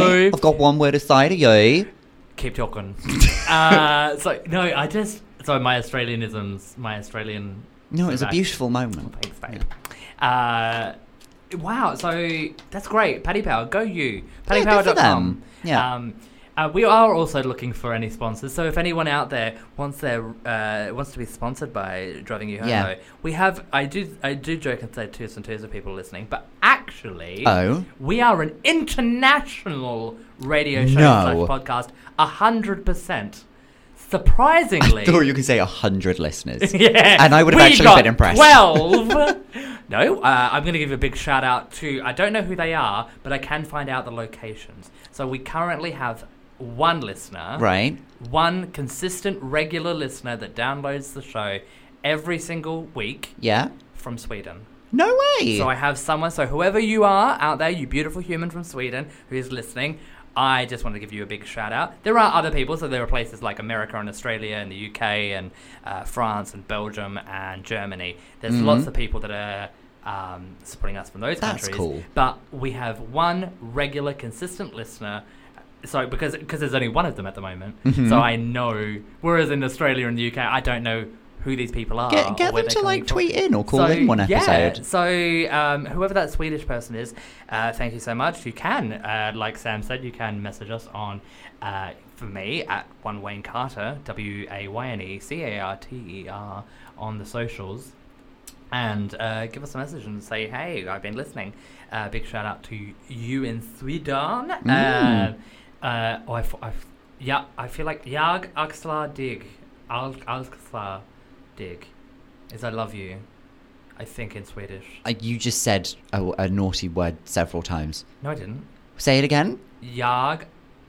S3: me.
S4: mine. I've got one word to say to you.
S3: Keep talking. uh, so no, I just so my Australianisms, my Australian.
S4: No, it's a
S3: Right.
S4: beautiful moment.
S3: Thanks, babe. Uh, wow, so that's great. Paddy Power, go you.
S4: Yeah, good for
S3: PaddyPower.com.
S4: them. Yeah.
S3: Um, uh, we are also looking for any sponsors, so if anyone out there wants their uh, wants to be sponsored by driving you home,
S4: Yeah.
S3: though, we have. I do I do joke and say twos and twos of people listening, but actually,
S4: Oh.
S3: we are an international radio show
S4: No.
S3: slash podcast, hundred percent. Surprisingly,
S4: I thought you could say 100 listeners.
S3: yeah.
S4: And I would have
S3: We
S4: actually
S3: got
S4: been impressed.
S3: 12. no, uh, I'm going to give a big shout out to, I don't know who they are, but I can find out the locations. So we currently have one listener,
S4: Right?
S3: one consistent, regular listener that downloads the show every single week
S4: Yeah?
S3: from Sweden.
S4: No way.
S3: So I have someone, so whoever you are out there, you beautiful human from Sweden who is listening, I just want to give you a big shout out. There are other people, so there are places like America and Australia and the UK and uh, France and Belgium and Germany. There's
S4: Mm-hmm.
S3: lots of people that are um, supporting us from those
S4: That's
S3: countries.
S4: cool.
S3: But we have one regular, consistent listener. So because because there's only one of them at the moment,
S4: Mm-hmm.
S3: so I know. Whereas in Australia and the UK, I don't know who these people are.
S4: Get,
S3: or
S4: get
S3: where
S4: them
S3: they're
S4: to
S3: coming
S4: like
S3: from.
S4: tweet in or call
S3: So,
S4: in one episode.
S3: Yeah. So um, whoever that Swedish person is, uh, thank you so much. You can, uh, like Sam said, you can message us on uh, for me at one Wayne Carter W A Y N E C A R T E R on the socials. And uh, give us a message and say, hey, I've been listening. Uh, big shout out to you in Sweden.
S4: Mm.
S3: Uh, uh, oh, I, f- I f- yeah, I feel like Jag Axlar Dig. Axlar Dig. Is I love you. I think in Swedish.
S4: Uh, You just said a, a naughty word several times.
S3: No, I didn't.
S4: Say it again.
S3: Jag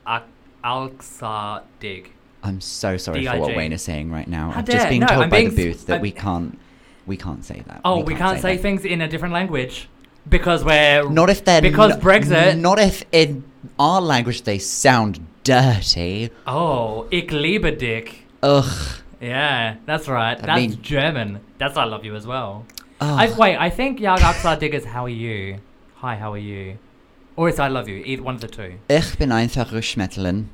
S3: ak- alxar dig.
S4: I'm so sorry for what
S3: DIG.
S4: Wayne is saying right now.
S3: How
S4: I'm just
S3: dare-
S4: being
S3: no,
S4: told
S3: I'm
S4: by
S3: being
S4: the
S3: s-
S4: booth that
S3: I'm-
S4: we can't we can't say that.
S3: Oh, we, can't, say,
S4: that.
S3: things in a different language because we're
S4: Not if they're
S3: because
S4: n-
S3: Brexit.
S4: Not if in our language they sound dirty.
S3: oh, ich liebe dich.
S4: Ugh.
S3: Yeah, that's right.
S4: That
S3: that's
S4: mean- Ah.
S3: German. That's I love you as well.
S4: Ugh.
S3: I, wait, I think Jag alxar dig is how are you? Hi, how are you? Or it's I love you. Either one of the two.
S4: Ich bin ein Verrückschmetterlin.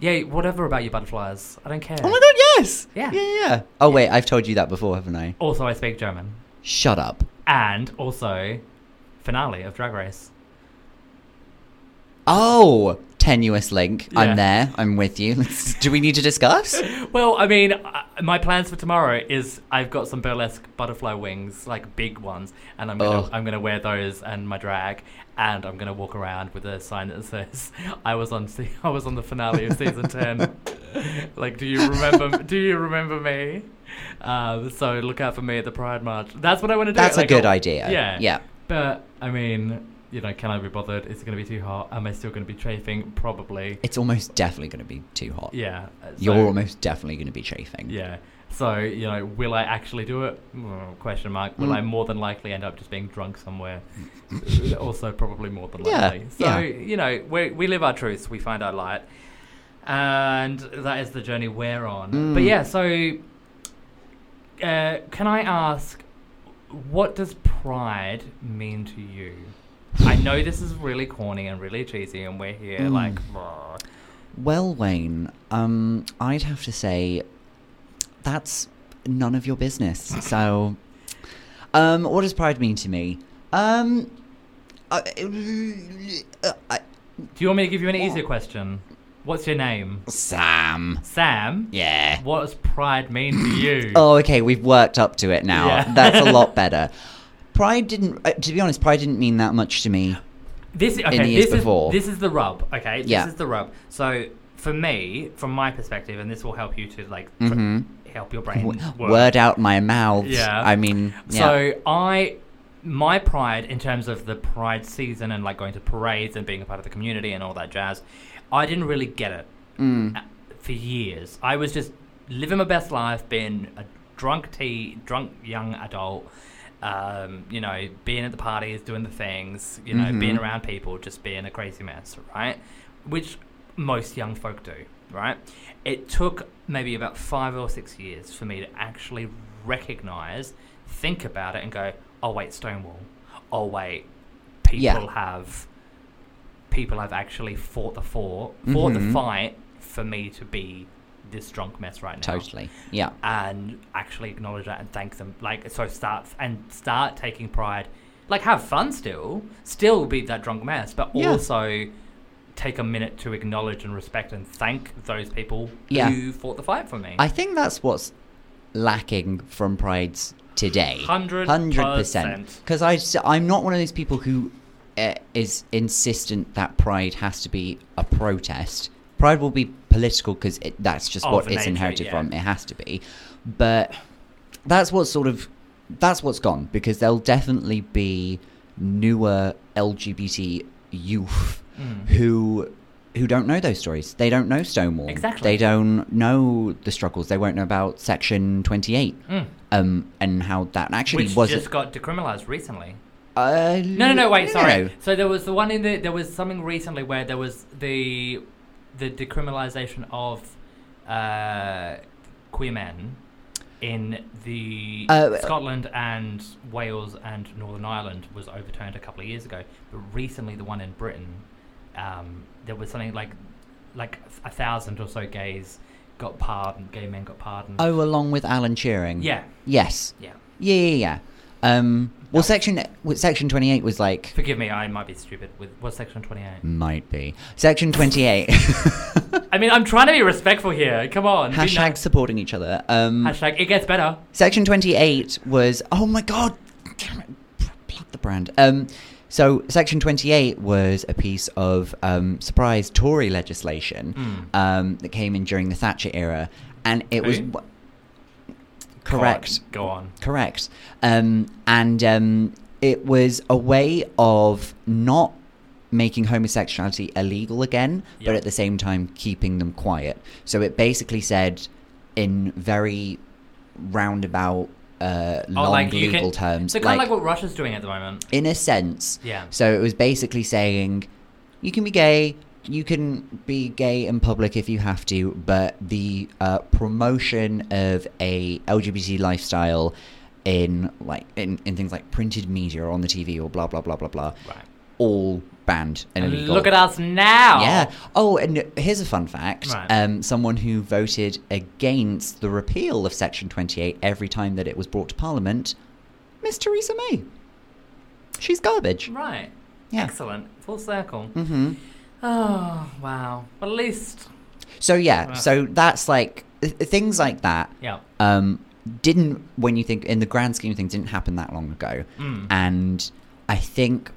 S3: Yeah, whatever about your butterflies. I don't care.
S4: Oh my god, yes!
S3: Yeah.
S4: Yeah, yeah. Oh, wait, I've told you that before, haven't I?
S3: Also, I speak German.
S4: Shut up.
S3: and also finale of Drag Race.
S4: Oh, tenuous link.
S3: Yeah.
S4: I'm there. I'm with you. Let's- Do we need to discuss?
S3: Well, I mean, uh, my plans for tomorrow is I've got some burlesque butterfly wings, like big ones, and I'm gonna
S4: Ugh.
S3: I'm gonna wear those and my drag, and I'm gonna walk around with a sign that says I was on se- I was on the finale of season ten. like, do you remember? do you remember me? Um, so look out for me at the Pride March. That's what I want to do.
S4: That's a
S3: Like,
S4: good
S3: I'll-
S4: idea.
S3: Yeah.
S4: Yeah.
S3: But I mean, you know, can I be bothered? Is it gonna be too hot? Am I still gonna be chafing? Probably.
S4: It's almost definitely going to be too hot.
S3: Yeah. uh,
S4: You're
S3: so-
S4: almost definitely going to be chafing.
S3: Yeah. So you know, will I actually do it? Mm, Question mark. Will
S4: Mm.
S3: I more than likely end up just being drunk somewhere? also, probably more than
S4: Yeah,
S3: likely. So
S4: yeah.
S3: you know, we we live our truths, we find our light, and that is the journey we're on. But
S4: Mm.
S3: yeah, so uh, can I ask, what does pride mean to you? I know this is really corny and really cheesy, and we're here
S4: Mm.
S3: like, "Brr."
S4: Well, Wayne, um, I'd have to say that's none of your business. So, um, what does pride mean to me? Um, I, I,
S3: do you want me to give you an easier question? What's your name?
S4: Sam.
S3: Sam,
S4: Yeah.
S3: what does pride mean to you?
S4: Oh, okay. We've worked up to it now.
S3: Yeah.
S4: That's a lot better. Pride didn't, uh, to be honest, pride didn't mean that much to me.
S3: this okay,
S4: years
S3: this
S4: before.
S3: is this is the rub. Okay,
S4: Yeah.
S3: this is the rub. So for me, from my perspective, and this will help you to like tr-
S4: hmm
S3: help your brain
S4: W-
S3: work.
S4: word out my mouth.
S3: mm, Yeah.
S4: I mean, yeah.
S3: So I, my pride in terms of the pride season and like going to parades and being a part of the community and all that jazz, I didn't really get it uh, for years. I was just living my best life, being a drunk tea, drunk young adult. Um, you know, being at the parties, doing the things, you know, being around people, just being a crazy mess, right? Which most young folk do, right? It took maybe about five or six years for me to actually recognize, think about it, and go, oh, wait, Stonewall. Oh, wait, people
S4: Yeah.
S3: have. People have actually fought the for, fought the
S4: Mhm.
S3: fight for me to be this drunk mess right now
S4: totally. Yeah.
S3: and actually acknowledge that and thank them. Like so, start and start taking pride. Like have fun still, still be that drunk mess, but
S4: Yeah.
S3: also take a minute to acknowledge and respect and thank those people
S4: Yeah.
S3: who fought the fight for me.
S4: I think that's what's lacking from prides today.
S3: 100%.
S4: Because I, s- I'm not one of those people who uh, is insistent that pride has to be a protest. Pride will be political because that's just
S3: Of
S4: what
S3: the
S4: it's
S3: nature,
S4: inherited
S3: yeah.
S4: from. It has to be. But that's what sort of that's what's gone because there'll definitely be newer LGBT youth
S3: Mm.
S4: who who don't know those stories. They don't know Stonewall.
S3: Exactly.
S4: They don't know the struggles. They won't know about Section Twenty Eight
S3: Mm.
S4: um, and how that actually
S3: Which
S4: was.
S3: just got decriminalized recently.
S4: Uh,
S3: No, no, no. Wait, sorry.
S4: no.
S3: So there was the one in the there was something recently where there was the the decriminalization of uh, queer men in the
S4: Uh,
S3: Scotland and Wales and Northern Ireland was overturned a couple of years ago. But recently, the one in Britain, um, there was something like like a thousand or so gays got pardoned. Gay men got pardoned.
S4: Oh, along with Alan Turing.
S3: yeah,
S4: Yes.
S3: yeah.
S4: Yeah, yeah, yeah. Um, well,
S3: No.
S4: section well, section twenty eight was like
S3: Forgive me, I might be stupid. With what's section twenty eight?
S4: might be section twenty eight.
S3: I mean, I'm trying to be respectful here. Come on. be
S4: Hashtag
S3: nice.
S4: supporting each other. Um,
S3: Hashtag. It gets better.
S4: Section 28 was oh my god, damn it, p- plug the brand. Um, so Section 28 was a piece of um, surprise Tory legislation
S3: Mm.
S4: um, that came in during the Thatcher era, and it was
S3: Who?
S4: wa- correct,
S3: God, Go on.
S4: correct, um, and um, it was a way of not making homosexuality illegal again, but
S3: Yeah.
S4: at the same time keeping them quiet. So it basically said, in very roundabout, uh,
S3: Oh,
S4: long
S3: you
S4: legal
S3: can-
S4: terms,
S3: So kind of like what Russia's doing at the moment.
S4: in a sense.
S3: Yeah.
S4: So it was basically saying, you can be gay. You can be gay in public if you have to, but the uh, promotion of a LGBT lifestyle in like in, in things like printed media or on the TV or blah blah blah blah blah,
S3: Right.
S4: all banned and
S3: And
S4: illegal.
S3: look at us now.
S4: Yeah. Oh, and here's a fun fact.
S3: Right.
S4: Um, someone who voted against the repeal of Section 28 every time that it was brought to Parliament, Miss Theresa May. She's garbage.
S3: Right.
S4: Yeah.
S3: Excellent. Full circle.
S4: hmm
S3: Oh wow. Well, at least.
S4: So yeah.
S3: Wow.
S4: So that's like th- things like that.
S3: Yeah.
S4: Um, didn't when you think in the grand scheme of things didn't happen that long ago,
S3: Mm.
S4: and I think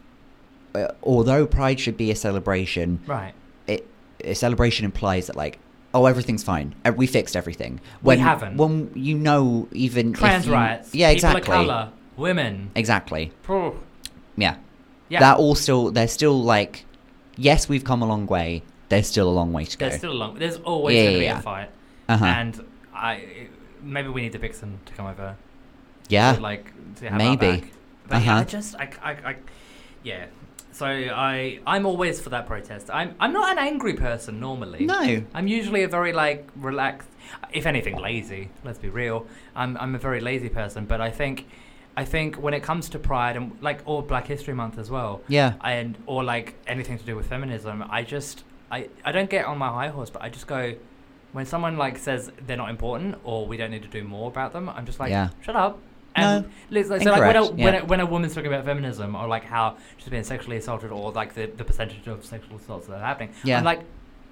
S4: uh, although Pride should be a celebration,
S3: Right.
S4: it a celebration implies that like oh everything's fine Uh, we fixed everything when
S3: haven't.
S4: when you know even if
S3: Trans
S4: you-
S3: rights.
S4: yeah
S3: People
S4: exactly
S3: of color. Women.
S4: exactly
S3: Phew.
S4: yeah.
S3: Yeah.
S4: that all still they're still like yes we've come a long way there's still a long way to go
S3: There's still a long. There's always
S4: Yeah,
S3: going to
S4: yeah,
S3: be
S4: yeah.
S3: a fight.
S4: uh-huh
S3: And I. Maybe we need the Vixen to come over.
S4: yeah
S3: to, like to have our
S4: Maybe.
S3: back. But yeah,
S4: Uh-huh.
S3: I just I, I, I yeah. So I I'm always for that protest. I'm I'm not an angry person normally.
S4: no
S3: I'm usually a very like relaxed, if anything lazy. Let's be real. I'm I'm a very lazy person, but I think I think when it comes to pride and like or Black History Month as well,
S4: yeah
S3: and or like anything to do with feminism, I just I I don't get on my high horse, but I just go when someone like says they're not important or we don't need to do more about them, I'm just like
S4: Yeah.
S3: shut up.
S4: No.
S3: li- so like when a,
S4: Incorrect,
S3: when,
S4: yeah.
S3: a, when a woman's talking about feminism or like how she's being sexually assaulted or like the, the percentage of sexual assaults that are happening,
S4: Yeah.
S3: I'm like,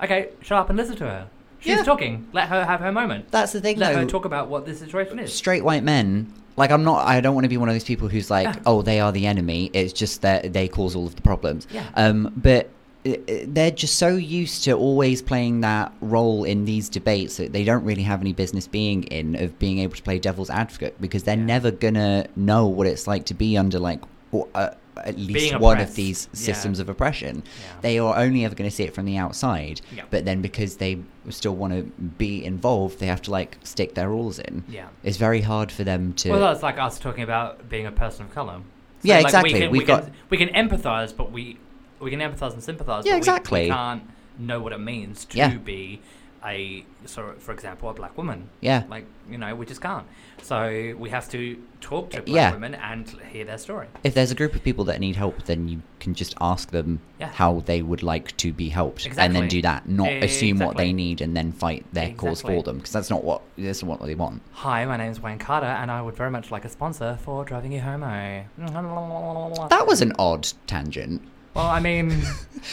S3: okay, shut up and listen to her. She's
S4: Yeah.
S3: talking. Let her have her moment.
S4: that's the thing
S3: Let
S4: though
S3: her talk about what this situation is.
S4: straight white men like i'm not i don't want to be one of those people who's like
S3: Yeah.
S4: oh they are the enemy it's just that they cause all of the problems
S3: Yeah.
S4: um but uh, uh, they're just so used to always playing that role in these debates that they don't really have any business being in of being able to play devil's advocate because they're
S3: Yeah.
S4: never gonna know what it's like to be under like or, uh, at least
S3: Being
S4: one of
S3: oppressed.
S4: these
S3: Yeah.
S4: systems of oppression
S3: Yeah.
S4: they are only ever going to see it from the outside
S3: Yeah.
S4: but then because they still want to be involved they have to like stick their oars in
S3: yeah.
S4: it's very hard for them to.
S3: Well, that's like us talking about being a person of color.
S4: Yeah,
S3: like,
S4: exactly.
S3: We can,
S4: We've
S3: we can,
S4: got-
S3: we can empathize, but we we can empathize and sympathize.
S4: Yeah,
S3: but we-
S4: exactly.
S3: We, can't know what it means to
S4: Yeah.
S3: be a so for example a black woman.
S4: yeah,
S3: Like you know, we just can't. So we have to talk to black
S4: Uh, Yeah.
S3: women and hear their story.
S4: if there's a group of people that need help, then you can just ask them
S3: Yeah.
S4: how they would like to be helped, and
S3: Exactly.
S4: then do that. Not assume what
S3: Exactly.
S4: they need and then fight their cause
S3: Exactly.
S4: for them, because that's not what that's not what they want.
S3: Hi, my name's Wayne Carter, and I would very much like a sponsor for driving you homo.
S4: That was an odd tangent.
S3: well, I mean,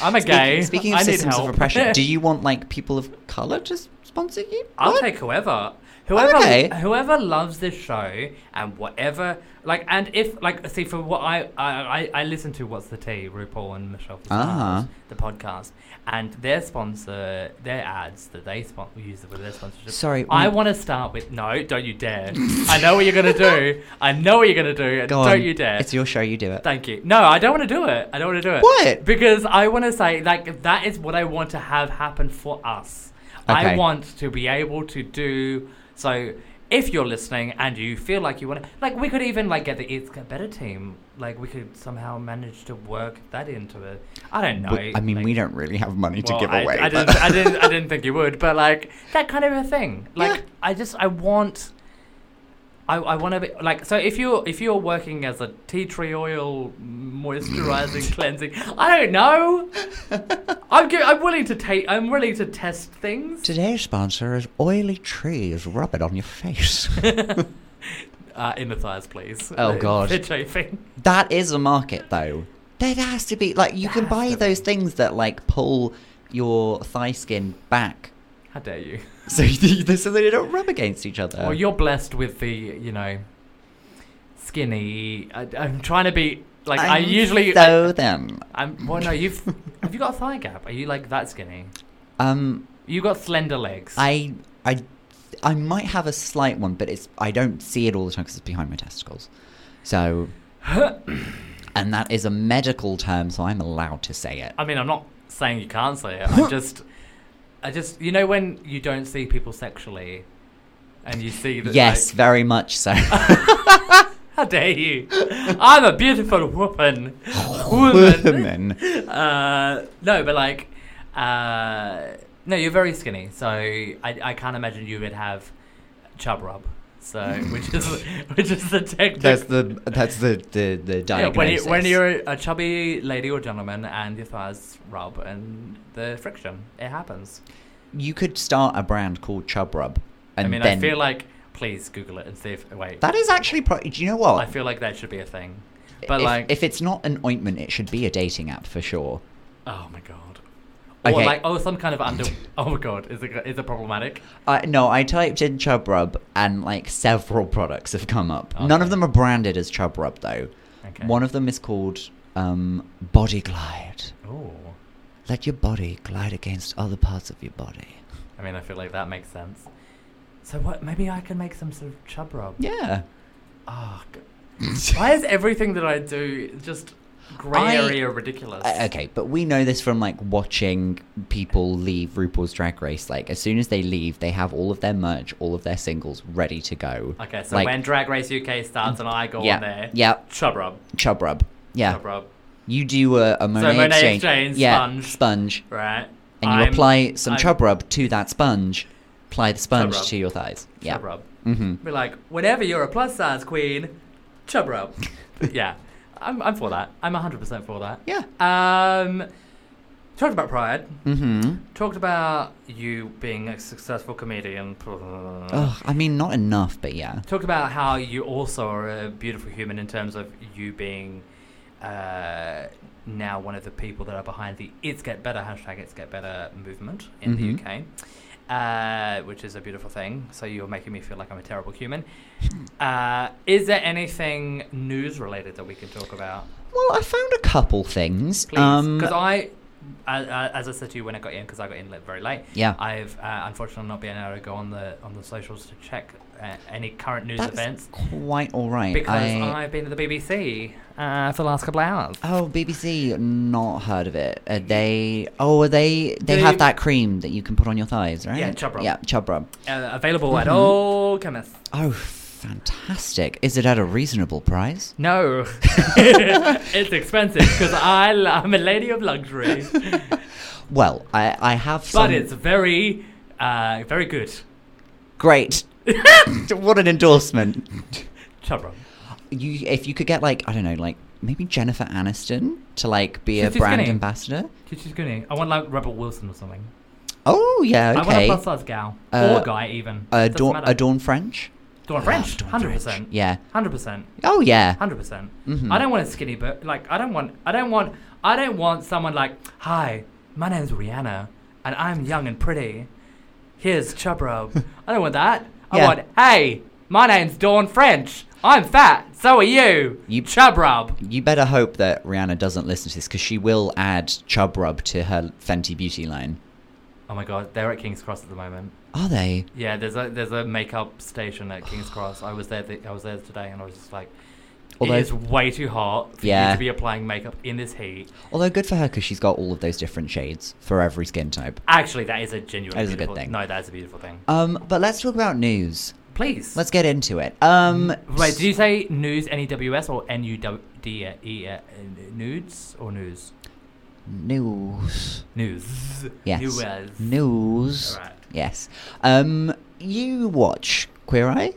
S3: I'm a gay.
S4: Speaking, speaking
S3: I
S4: of
S3: need
S4: systems of
S3: help.
S4: oppression, do you want like people of color to s- sponsor you?
S3: I'll
S4: What?
S3: take whoever. Whoever
S4: Okay.
S3: whoever loves this show and whatever like and if like see for what I I, I, I listen to What's the Tea, RuPaul and Michelle Visage,
S4: Ah.
S3: the podcast. And their sponsor their ads that they spon- use with their sponsorship.
S4: Sorry,
S3: I
S4: we-
S3: wanna start with no, don't you dare. I know what you're gonna do. I know what you're gonna do and
S4: Go
S3: don't
S4: on.
S3: you dare.
S4: It's your show. You do it.
S3: Thank you. No, I don't want to do it. I don't want to do it.
S4: What?
S3: Because I want to say, like, that is what I want to have happen for us. I
S4: Okay.
S3: want to be able to do so. If you're listening and you feel like you want to, like, we could even like get the It's Get Better team like we could somehow manage to work that into it. I don't know.
S4: W- I mean,
S3: like-
S4: we don't really have money to
S3: Well,
S4: give
S3: I,
S4: away.
S3: I
S4: but-
S3: didn't, I didn't, I didn't think you would, but like that kind of a thing. Like
S4: Yeah.
S3: I just, I want, I, I want to be like. So if you, if you're working as a tea tree oil moisturizing cleansing, I don't know. I'm, gi- I'm willing to take, I'm willing to test things.
S4: Today's sponsor is oily trees. Rub it on your face.
S3: Uh, in the thighs, please.
S4: Oh,
S3: Uh,
S4: God.
S3: they're chafing.
S4: that is a market, though. There has to be like you can buy those things that like pull your thigh skin back
S3: How dare you?
S4: so you- so they don't rub against each other.
S3: well, you're blessed with the, you know, skinny. I, I'm trying to be like i
S4: I'm
S3: usually.
S4: so them.
S3: I'm. Well, no, you've. have you got a thigh gap? Are you like that skinny?
S4: Um,
S3: You got slender legs.
S4: I I I might have a slight one, but it's I don't see it all the time because it's behind my testicles. So, and that is a medical term, so I'm allowed to say it.
S3: I mean, I'm not saying you can't say it. I'm just. I just. You know when you don't see people sexually, and you see that.
S4: yes,
S3: like,
S4: very much so.
S3: how dare you? I'm a beautiful woman. Woman.
S4: Women.
S3: uh, no, but like, uh, no, you're very skinny, so I, I can't imagine you would have chub rub. So, which is which is the technique.
S4: That's the that's the the the
S3: Yeah, when, you,
S4: diagnosis.
S3: when you're a chubby lady or gentleman and your thighs rub and the friction, it happens.
S4: You could start a brand called Chub Rub, and
S3: I mean,
S4: then
S3: I feel like please Google it and see if wait.
S4: that is actually. Pro- do you know what?
S3: I feel like that should be a thing, but
S4: if,
S3: like
S4: if it's not an ointment, it should be a dating app for sure.
S3: oh my god, or
S4: Okay.
S3: like oh some kind of under oh my god is it is it problematic?
S4: Uh, no, I typed in Chub Rub and like several products have come up. None
S3: Okay.
S4: of them are branded as Chub Rub though.
S3: Okay.
S4: One of them is called um, Body Glide.
S3: Oh,
S4: Let your body glide against other parts of your body.
S3: I mean I feel like that makes sense. So what? Maybe I can make some sort of chub rub.
S4: Yeah.
S3: Oh, g- why is everything that I do just grey
S4: I-
S3: area ridiculous?
S4: Uh, okay, but we know this from like watching people leave RuPaul's Drag Race. Like, as soon as they leave, they have all of their merch, all of their singles ready to go.
S3: Okay, so
S4: Like-
S3: when Drag Race UK starts and I go
S4: yeah,
S3: on there,
S4: yeah,
S3: chub rub,
S4: Chub Rub. Yeah,
S3: chub rub,
S4: you do a, a Monet,
S3: Monet
S4: exchange,
S3: exchange,
S4: yeah,
S3: sponge. right?
S4: and you
S3: I'm-
S4: apply some
S3: I'm
S4: Chub Rub to that sponge. Apply the sponge
S3: Rub.
S4: to your thighs. Yeah.
S3: Chub rub.
S4: Mm-hmm.
S3: Be like, whenever you're a plus size queen, chub rub. yeah, I'm, I'm for that. I'm 100% for that.
S4: Yeah.
S3: Um, talked about pride.
S4: Mm-hmm.
S3: Talked about you being a successful comedian.
S4: Ugh, I mean, not enough, but yeah.
S3: Talked about how you also are a beautiful human in terms of you being uh, now one of the people that are behind the It's Get Better hashtag It's Get Better movement in
S4: Mhm.
S3: the UK, uh, which is a beautiful thing. So you're making me feel like I'm a terrible human.
S4: Hmm.
S3: Uh, is there anything news related that we can talk about?
S4: Well, I found a couple things. um,
S3: Please. Because I. Uh, as I said to you when I got in, because I got in li- very late.
S4: Yeah.
S3: I've uh, unfortunately not been able to go on the on the socials to check uh, any current news
S4: that's
S3: events
S4: quite all right.
S3: because
S4: I-
S3: I've been to the BBC uh, for the last couple of hours.
S4: Oh, BBC, not heard of it. Are they? Oh, are they? They
S3: They-
S4: have that cream that you can put on your thighs, right?
S3: Yeah, Chub Rub.
S4: Yeah, chub rub.
S3: Uh, available at all chemists.
S4: Oh, fantastic! Is it at a reasonable price?
S3: No, it's expensive because I'm a lady of luxury,
S4: Well, I I have some.
S3: but it's very, uh, very good.
S4: great. what an endorsement!
S3: Chubra.
S4: You, if you could get like I don't know, like maybe Jennifer Aniston to like be a
S3: She's too
S4: brand
S3: skinny.
S4: ambassador.
S3: She's skinny. I want like Rebel Wilson or something.
S4: Oh yeah,
S3: I want a
S4: okay.
S3: plus size gal
S4: Uh,
S3: or guy even.
S4: Uh,
S3: Doesn't
S4: Dawn,
S3: matter.
S4: uh, Dawn French.
S3: Ah, Dawn
S4: Love
S3: French.
S4: Dawn
S3: Hundred
S4: French.
S3: percent.
S4: Yeah.
S3: Hundred percent.
S4: Oh yeah.
S3: Hundred percent.
S4: Mhm.
S3: I don't want a skinny, but like I don't want, I don't want, I don't want someone like, "Hi, my name's Rihanna, and I'm young and pretty. Here's chub rub." I don't want that. I
S4: Yeah.
S3: want, "Hey, my name's Dawn French. I'm fat. So are you.
S4: You-
S3: chub rub."
S4: You better hope that Rihanna doesn't listen to this because she will add Chub Rub to her Fenty Beauty line.
S3: Oh my God, they're at King's Cross at the moment.
S4: Are they?
S3: Yeah, there's a there's a makeup station at King's Cross. I was there, th- I was there today, and I was just like.
S4: Although-
S3: it is way too hot for you
S4: Yeah.
S3: to be applying makeup in this heat.
S4: Although good for her because she's got all of those different shades for every skin type.
S3: Actually, that is a genuine.
S4: That is a good
S3: beautiful-
S4: thing.
S3: No, that is a beautiful thing.
S4: Um, but let's talk about news.
S3: Please.
S4: Let's get into it. Um,
S3: Wait, did you say news, N-E-W-S, or N-U-D-E, uh, nudes, or news?
S4: news.
S3: News.
S4: Yes.
S3: News.
S4: News.
S3: Alright.
S4: Yes. Um, you watch Queer Eye?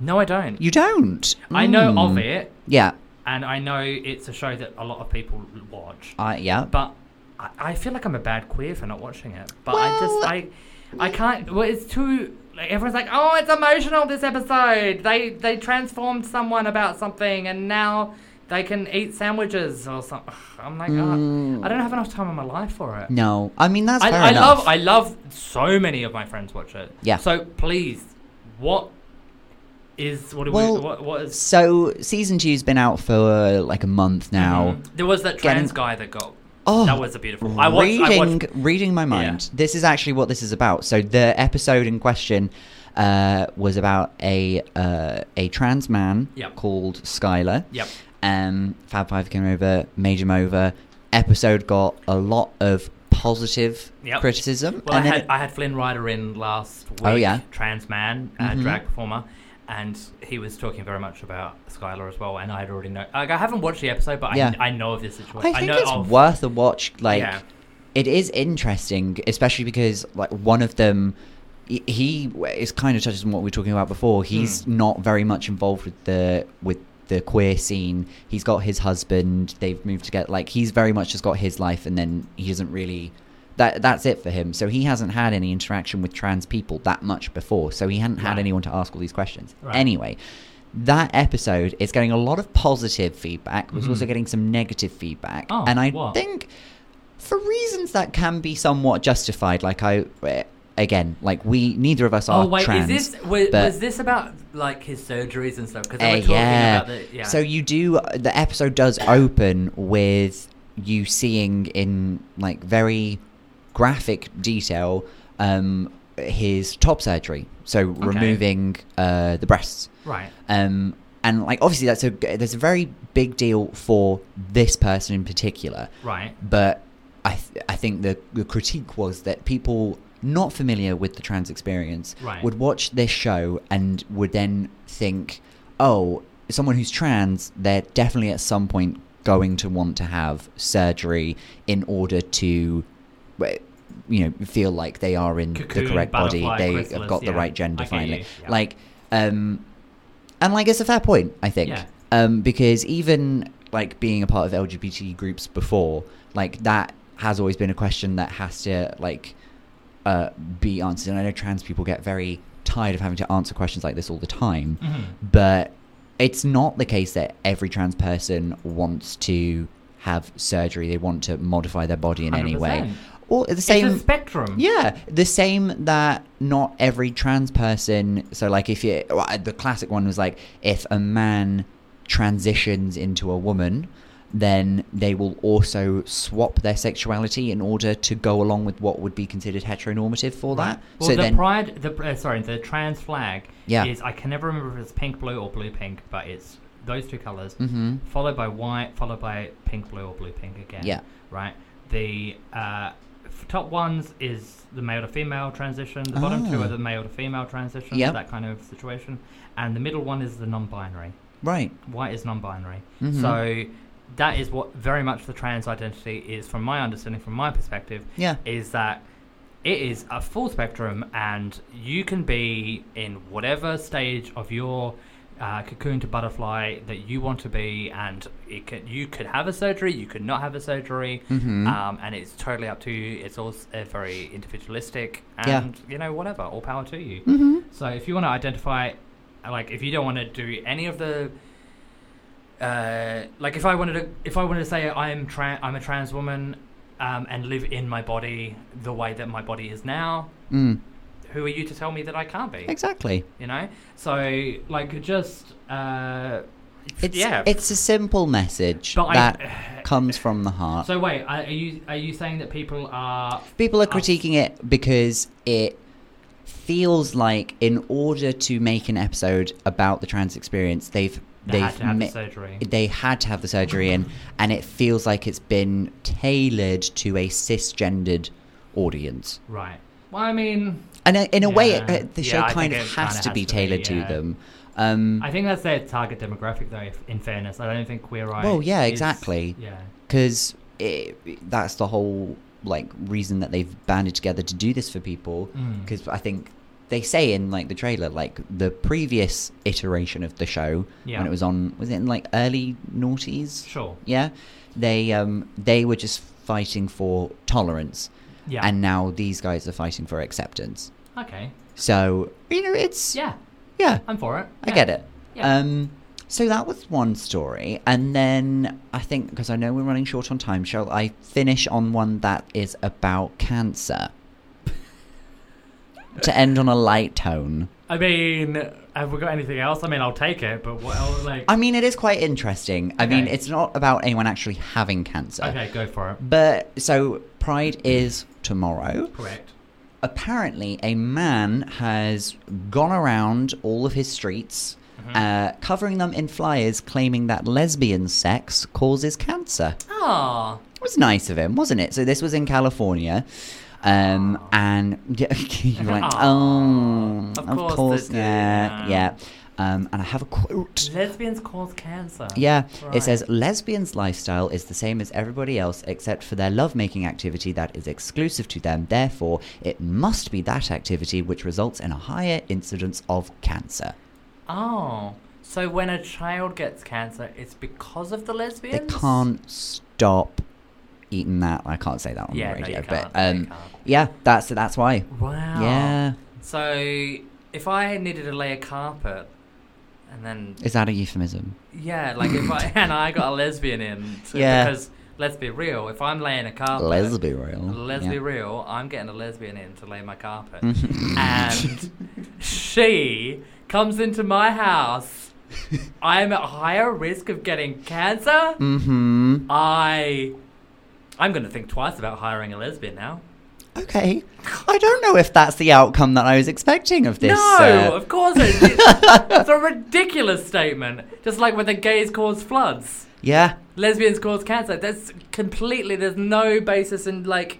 S3: No, I don't.
S4: You don't.
S3: I know
S4: Mm.
S3: of it,
S4: Yeah.
S3: and I know it's a show that a lot of people watch.
S4: I yeah.
S3: but I, I feel like I'm a bad queer for not watching it. But
S4: Well-
S3: I just I I can't. Well, it's too. Like everyone's like, oh, it's emotional this episode. They they transformed someone about something, and now they can eat sandwiches or something. I'm like, oh, I don't have enough time in my life for it.
S4: Mm. no. I mean that's
S3: I,
S4: fair
S3: I
S4: enough.
S3: love I love so many of my friends watch it.
S4: Yeah.
S3: So please, what is what do
S4: Well,
S3: we what, what is
S4: so season two's been out for uh, like a month now.
S3: Mhm. There was that
S4: Getting-
S3: trans guy that got.
S4: Oh,
S3: that was a beautiful. I watched.
S4: reading,
S3: I watched
S4: reading my mind. This is actually what this is about. So the episode in question uh, was about a uh, a trans man
S3: Yep.
S4: called Skylar.
S3: Yep.
S4: Um, Fab Five came over, made him over. Episode got a lot of positive
S3: Yep.
S4: criticism,
S3: Well, I
S4: and then
S3: had,
S4: it-
S3: I had Flynn Rider in last week.
S4: Oh, yeah.
S3: Trans man, uh,
S4: Mhm.
S3: drag performer. And he was talking very much about Skylar as well. And I had already know. Like, I haven't watched the episode, but
S4: Yeah.
S3: I, I know of this situation.
S4: I think
S3: know
S4: it's
S3: of,
S4: worth a watch. Like,
S3: Yeah.
S4: it is interesting, especially because like one of them, he- he is kind of touches on what we were talking about before. He's
S3: Hmm.
S4: not very much involved with the with the queer scene. He's got his husband. They've moved together. Like, he's very much just got his life, and then he doesn't really. That, that's it for him. So he hasn't had any interaction with trans people that much before. So he hadn't had
S3: Right.
S4: anyone to ask all these questions.
S3: Right.
S4: Anyway, that episode is getting a lot of positive feedback. but It's
S3: Mhm.
S4: also getting some negative feedback.
S3: Oh,
S4: and I
S3: what?
S4: think for reasons that can be somewhat justified, like I, eh, again, like we, neither of us are
S3: Oh wait,
S4: trans.
S3: is this was,
S4: but-
S3: was this about like his surgeries and stuff? Because
S4: Eh,
S3: they were talking
S4: yeah.
S3: about the yeah.
S4: So you do, the episode does open with you seeing in like very graphic detail um, his top surgery. So removing uh, the breasts.
S3: right.
S4: um, and like obviously that's a there's a very big deal for this person in particular
S3: Right.
S4: but i th- i think the, the critique was that people not familiar with the trans experience
S3: Right.
S4: would watch this show and would then think oh someone who's trans they're definitely at some point going to want to have surgery in order to well, you know feel like they are in
S3: Cocoon,
S4: the correct body
S3: butterfly,
S4: they have
S3: chrysalis,
S4: got the
S3: yeah.
S4: right gender
S3: I get
S4: finally
S3: you, yeah.
S4: like um and like it's a fair point, I think.
S3: Yeah.
S4: Um, because even like being a part of LGBT groups before, like that has always been a question that has to like uh, be answered. And I know trans people get very tired of having to answer questions like this all the time,
S3: Mm-hmm.
S4: but it's not the case that every trans person wants to have surgery. They want to modify their body in any way.
S3: 100%.
S4: Or the same
S3: it's a spectrum.
S4: yeah, the same that not every trans person. So, like, if you well, the classic one was like, if a man transitions into a woman, then they will also swap their sexuality in order to go along with what would be considered heteronormative for that.
S3: Well,
S4: so
S3: the
S4: then,
S3: pride, the uh, sorry, the trans flag
S4: Yeah.
S3: is I can never remember if it's pink blue or blue pink, but it's those two colors,
S4: Mhm.
S3: followed by white, followed by pink blue or blue pink again.
S4: Yeah.
S3: Right. The uh, f- top ones is the male to female transition. The bottom two
S4: Ah.
S3: are the male to female transition.
S4: Yep.
S3: That kind of situation, and the middle one is the non-binary.
S4: right,
S3: White is non-binary.
S4: Mhm.
S3: So that is what very much the trans identity is, from my understanding, from my perspective
S4: yeah,
S3: is that it is a full spectrum and you can be in whatever stage of your uh, cocoon to butterfly that you want to be and it could, you could have a surgery you could not have a surgery
S4: Mhm.
S3: um, and it's totally up to you it's all s- uh, very individualistic
S4: Yeah.
S3: and you know whatever all power to you
S4: mm-hmm.
S3: so if you want to identify, like if you don't want to do any of the, uh, like if I wanted to, if I wanted to say I'm tra- I'm a trans woman, um, and live in my body the way that my body is now,
S4: mm,
S3: who are you to tell me that I can't be?
S4: exactly.
S3: You know. So like just, uh,
S4: It's
S3: yeah.
S4: it's a simple message
S3: But I- uh,
S4: that comes from the heart.
S3: so wait, are are you are you saying that people are
S4: People are
S3: Us.
S4: critiquing it because it feels like in order to make an episode about the trans experience, they've
S3: they
S4: they've
S3: had to have the
S4: ma-
S3: surgery?
S4: they had to have the surgery in, and it feels like it's been tailored to a cisgendered audience.
S3: Right.
S5: Well, I mean,
S4: And uh, in a way, it,
S5: Yeah.
S4: uh, the
S5: Yeah,
S4: show
S5: I
S4: kind of
S5: think
S4: has
S5: it kinda
S4: to
S5: has
S4: be
S5: to be,
S4: tailored
S5: yeah.
S4: to them. Um
S5: I think that's their target demographic, though. If, in fairness, I don't think Queer Eye.
S4: Well, yeah,
S5: is-
S4: exactly.
S5: Yeah,
S4: 'cause because that's the whole like reason that they've banded together to do this for people.
S5: Mm.
S4: Because I think they say in like the trailer, like the previous iteration of the show
S5: Yeah.
S4: when it was on, was it in like early noughties?
S5: sure.
S4: Yeah, they um they were just fighting for tolerance,
S5: Yeah.
S4: and now these guys are fighting for acceptance.
S5: okay.
S4: So you know, it's
S5: Yeah,
S4: yeah
S5: I'm for it.
S4: I
S5: Yeah.
S4: get it.
S5: Yeah.
S4: Um, so that was one story, and then I think because I know we're running short on time, shall I finish on one that is about cancer? to end on a light tone.
S5: I mean, have we got anything else? I mean, I'll take it, but what else? Like,
S4: I mean, it is quite interesting. I mean,
S5: Okay.
S4: it's not about anyone actually having cancer,
S5: okay, go for it.
S4: but so Pride is tomorrow.
S5: Correct.
S4: apparently a man has gone around all of his streets
S3: Mm-hmm.
S4: uh, covering them in flyers claiming that lesbian sex causes cancer
S3: Ah,
S4: it was nice of him wasn't it so this was in california um, and you're like oh
S3: Of
S4: of course,
S3: course they do,
S4: yeah
S3: yeah."
S4: yeah um, and i have a quote
S5: Lesbians cause cancer.
S4: yeah, it
S5: Right.
S4: says lesbians' lifestyle is the same as everybody else except for their lovemaking activity that is exclusive to them. Therefore, it must be that activity which results in a higher incidence of cancer.
S3: oh. So when a child gets cancer, it's because of the
S4: They
S3: lesbians.
S4: can't stop eating that. I can't say that on
S3: Yeah,
S4: the
S3: no,
S4: radio,
S3: you
S4: but
S3: can't. no, you
S4: um,
S3: can't.
S4: yeah, that's that's why.
S3: Wow.
S4: Yeah,
S3: So if I needed to lay a carpet, and then
S4: is that a euphemism?
S3: yeah, like if I and I got a lesbian in, to,
S4: Yeah.
S3: Because let's be real, if I'm laying a carpet,
S4: Let's be real.
S3: Let's
S4: Yeah. Mm.
S3: be real, I'm getting a lesbian in to lay my carpet.
S4: Mm-hmm.
S3: and she comes into my house. I'm at higher risk of getting cancer.
S4: Mhm.
S3: I I'm gonna think twice about hiring a lesbian now.
S4: Okay. I don't know if that's the outcome that I was expecting of this.
S3: no,
S4: uh,
S3: of course it's, it's a ridiculous statement. Just like when the gays cause floods.
S4: yeah.
S3: lesbians cause cancer. That's completely there's no basis in like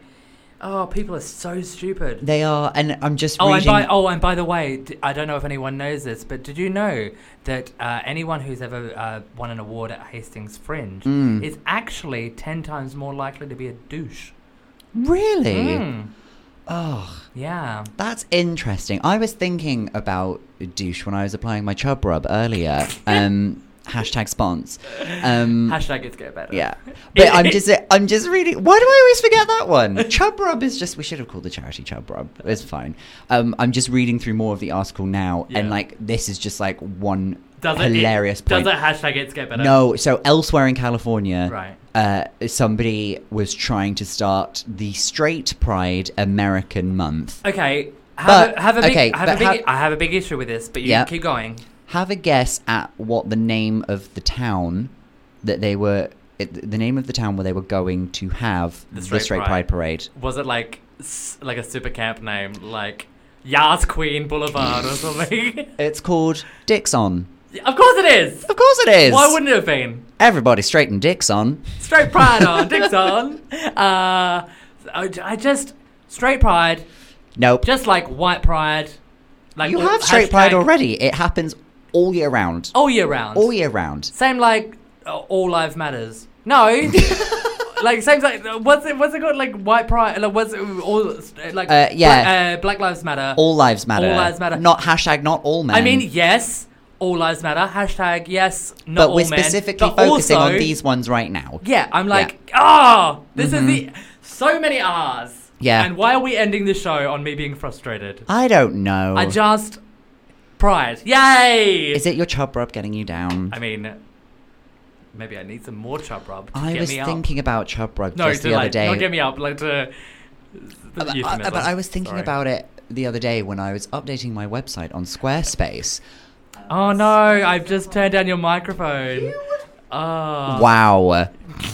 S3: oh people are so stupid.
S4: They are, and I'm just
S3: Oh, and
S4: reading.
S3: by oh, and by the way, d- I don't know if anyone knows this, but did you know that uh, anyone who's ever uh, won an award at Hastings Fringe
S4: Mm.
S3: is actually ten times more likely to be a douche?
S4: Really?
S5: Hmm.
S3: Mm.
S4: Oh,
S3: Yeah.
S4: that's interesting. I was thinking about douche when I was applying my chub rub earlier. Um, hashtag spons. Um,
S3: Hashtag it's get better.
S4: yeah, but I'm just I'm just really. Why do I always forget that one? Chub rub is just we should have called the charity chub rub. It's fine. Um, I'm just reading through more of the article now, and
S3: Yeah.
S4: like this is just like one
S5: Does it-
S4: hilarious point.
S5: Does it hashtag it's get better?
S4: No, so elsewhere in California,
S5: Right.
S4: uh, somebody was trying to start the Straight Pride American Month.
S3: Okay. Have,
S4: But-
S3: a, have a big,
S4: okay,
S3: have a
S4: but
S3: big
S4: how-
S3: I have a big issue with this, but you
S4: Yeah.
S3: keep going.
S4: Have a guess at what the name of the town that they were, it, the name of the town where they were going to have the Straight,
S3: Straight
S4: Pride.
S3: Pride.
S4: Parade.
S3: Was it like s- like a super camp name, like Yas Queen Boulevard or something?
S4: It's called Dixon.
S3: of course it is.
S4: Of course it is.
S3: Why wouldn't it have been?
S4: everybody straighten Dixon?
S3: Straight pride on, dicks on. Uh, I j- I just straight pride,
S4: Nope.
S3: just like white pride. Like
S4: you
S3: all-
S4: have Straight Pride
S3: hashtag Oh.
S4: already. It happens all year round.
S3: all year round.
S4: All year round.
S3: Same like uh, all life matters. No, like same like uh, what's it what's it called like white pride? Like what's it, all uh, like
S4: Uh, yeah.
S3: bla- uh, black lives matter.
S4: All lives matter.
S3: All lives matter.
S4: Not hashtag not all men.
S3: I mean yes, all lives matter. Hashtag yes, not
S4: but
S3: all
S4: we're
S3: men.
S4: specifically
S3: But
S4: focusing on
S3: also-
S4: these ones right now.
S3: Yeah,
S4: Yeah.
S3: I'm
S4: Mm-hmm.
S3: like, ah, this is the so many R's.
S4: Yeah. Oh.
S3: And why are we ending the show on me being frustrated?
S4: I don't know.
S3: I just pride. Yay!
S4: Is it your chub rub getting you down?
S3: I mean, maybe I need some more chub rub to
S4: I
S3: get
S4: was
S3: me
S4: thinking about chub rub
S3: up. No,
S4: just
S3: to
S4: the other
S3: like,
S4: day.
S3: not get me up, like to.
S4: but, I- I, but I was thinking about it the other day when I was updating my website on Squarespace.
S3: Oh no! I've just turned down your microphone. Oh.
S4: wow.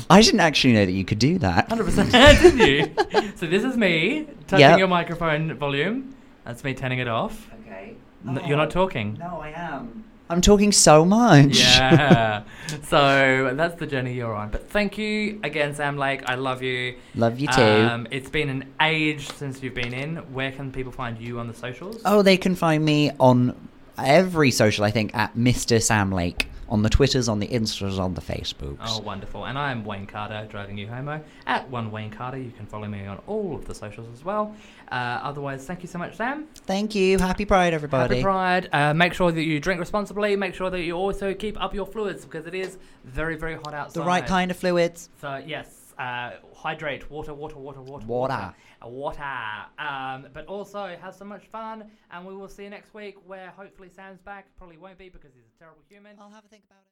S4: I didn't actually know that you could do that.
S3: 100% didn't you? So this is me touching
S4: Yep.
S3: your microphone volume. That's me turning it off.
S4: Okay.
S3: N- You're not talking.
S4: No, I am. I'm talking so much.
S3: Yeah. so that's the journey you're on. But thank you again, Sam Lake. I love you.
S4: Love you too.
S3: Um, it's been an age since you've been in. Where can people find you on the socials?
S4: Oh, they can find me on every social, I think, at Mr. Sam Lake. On the Twitters, on the Instas, on the Facebooks.
S3: Oh, wonderful. And I'm Wayne Carter, driving you homo. At one Wayne Carter, you can follow me on all of the socials as well. Uh, otherwise, thank you so much, Sam.
S4: Thank you. Happy Pride, everybody.
S3: Happy Pride. Uh, make sure that you drink responsibly. Make sure that you also keep up your fluids because it is very, very hot outside.
S4: The right kind of fluids.
S3: So yes, uh, hydrate, water, water, water, water,
S4: Water.
S3: water. Water. Um, but also have so much fun, and we will see you next week, where hopefully Sam's back. Probably won't be because he's a terrible human.
S4: I'll have a think about it.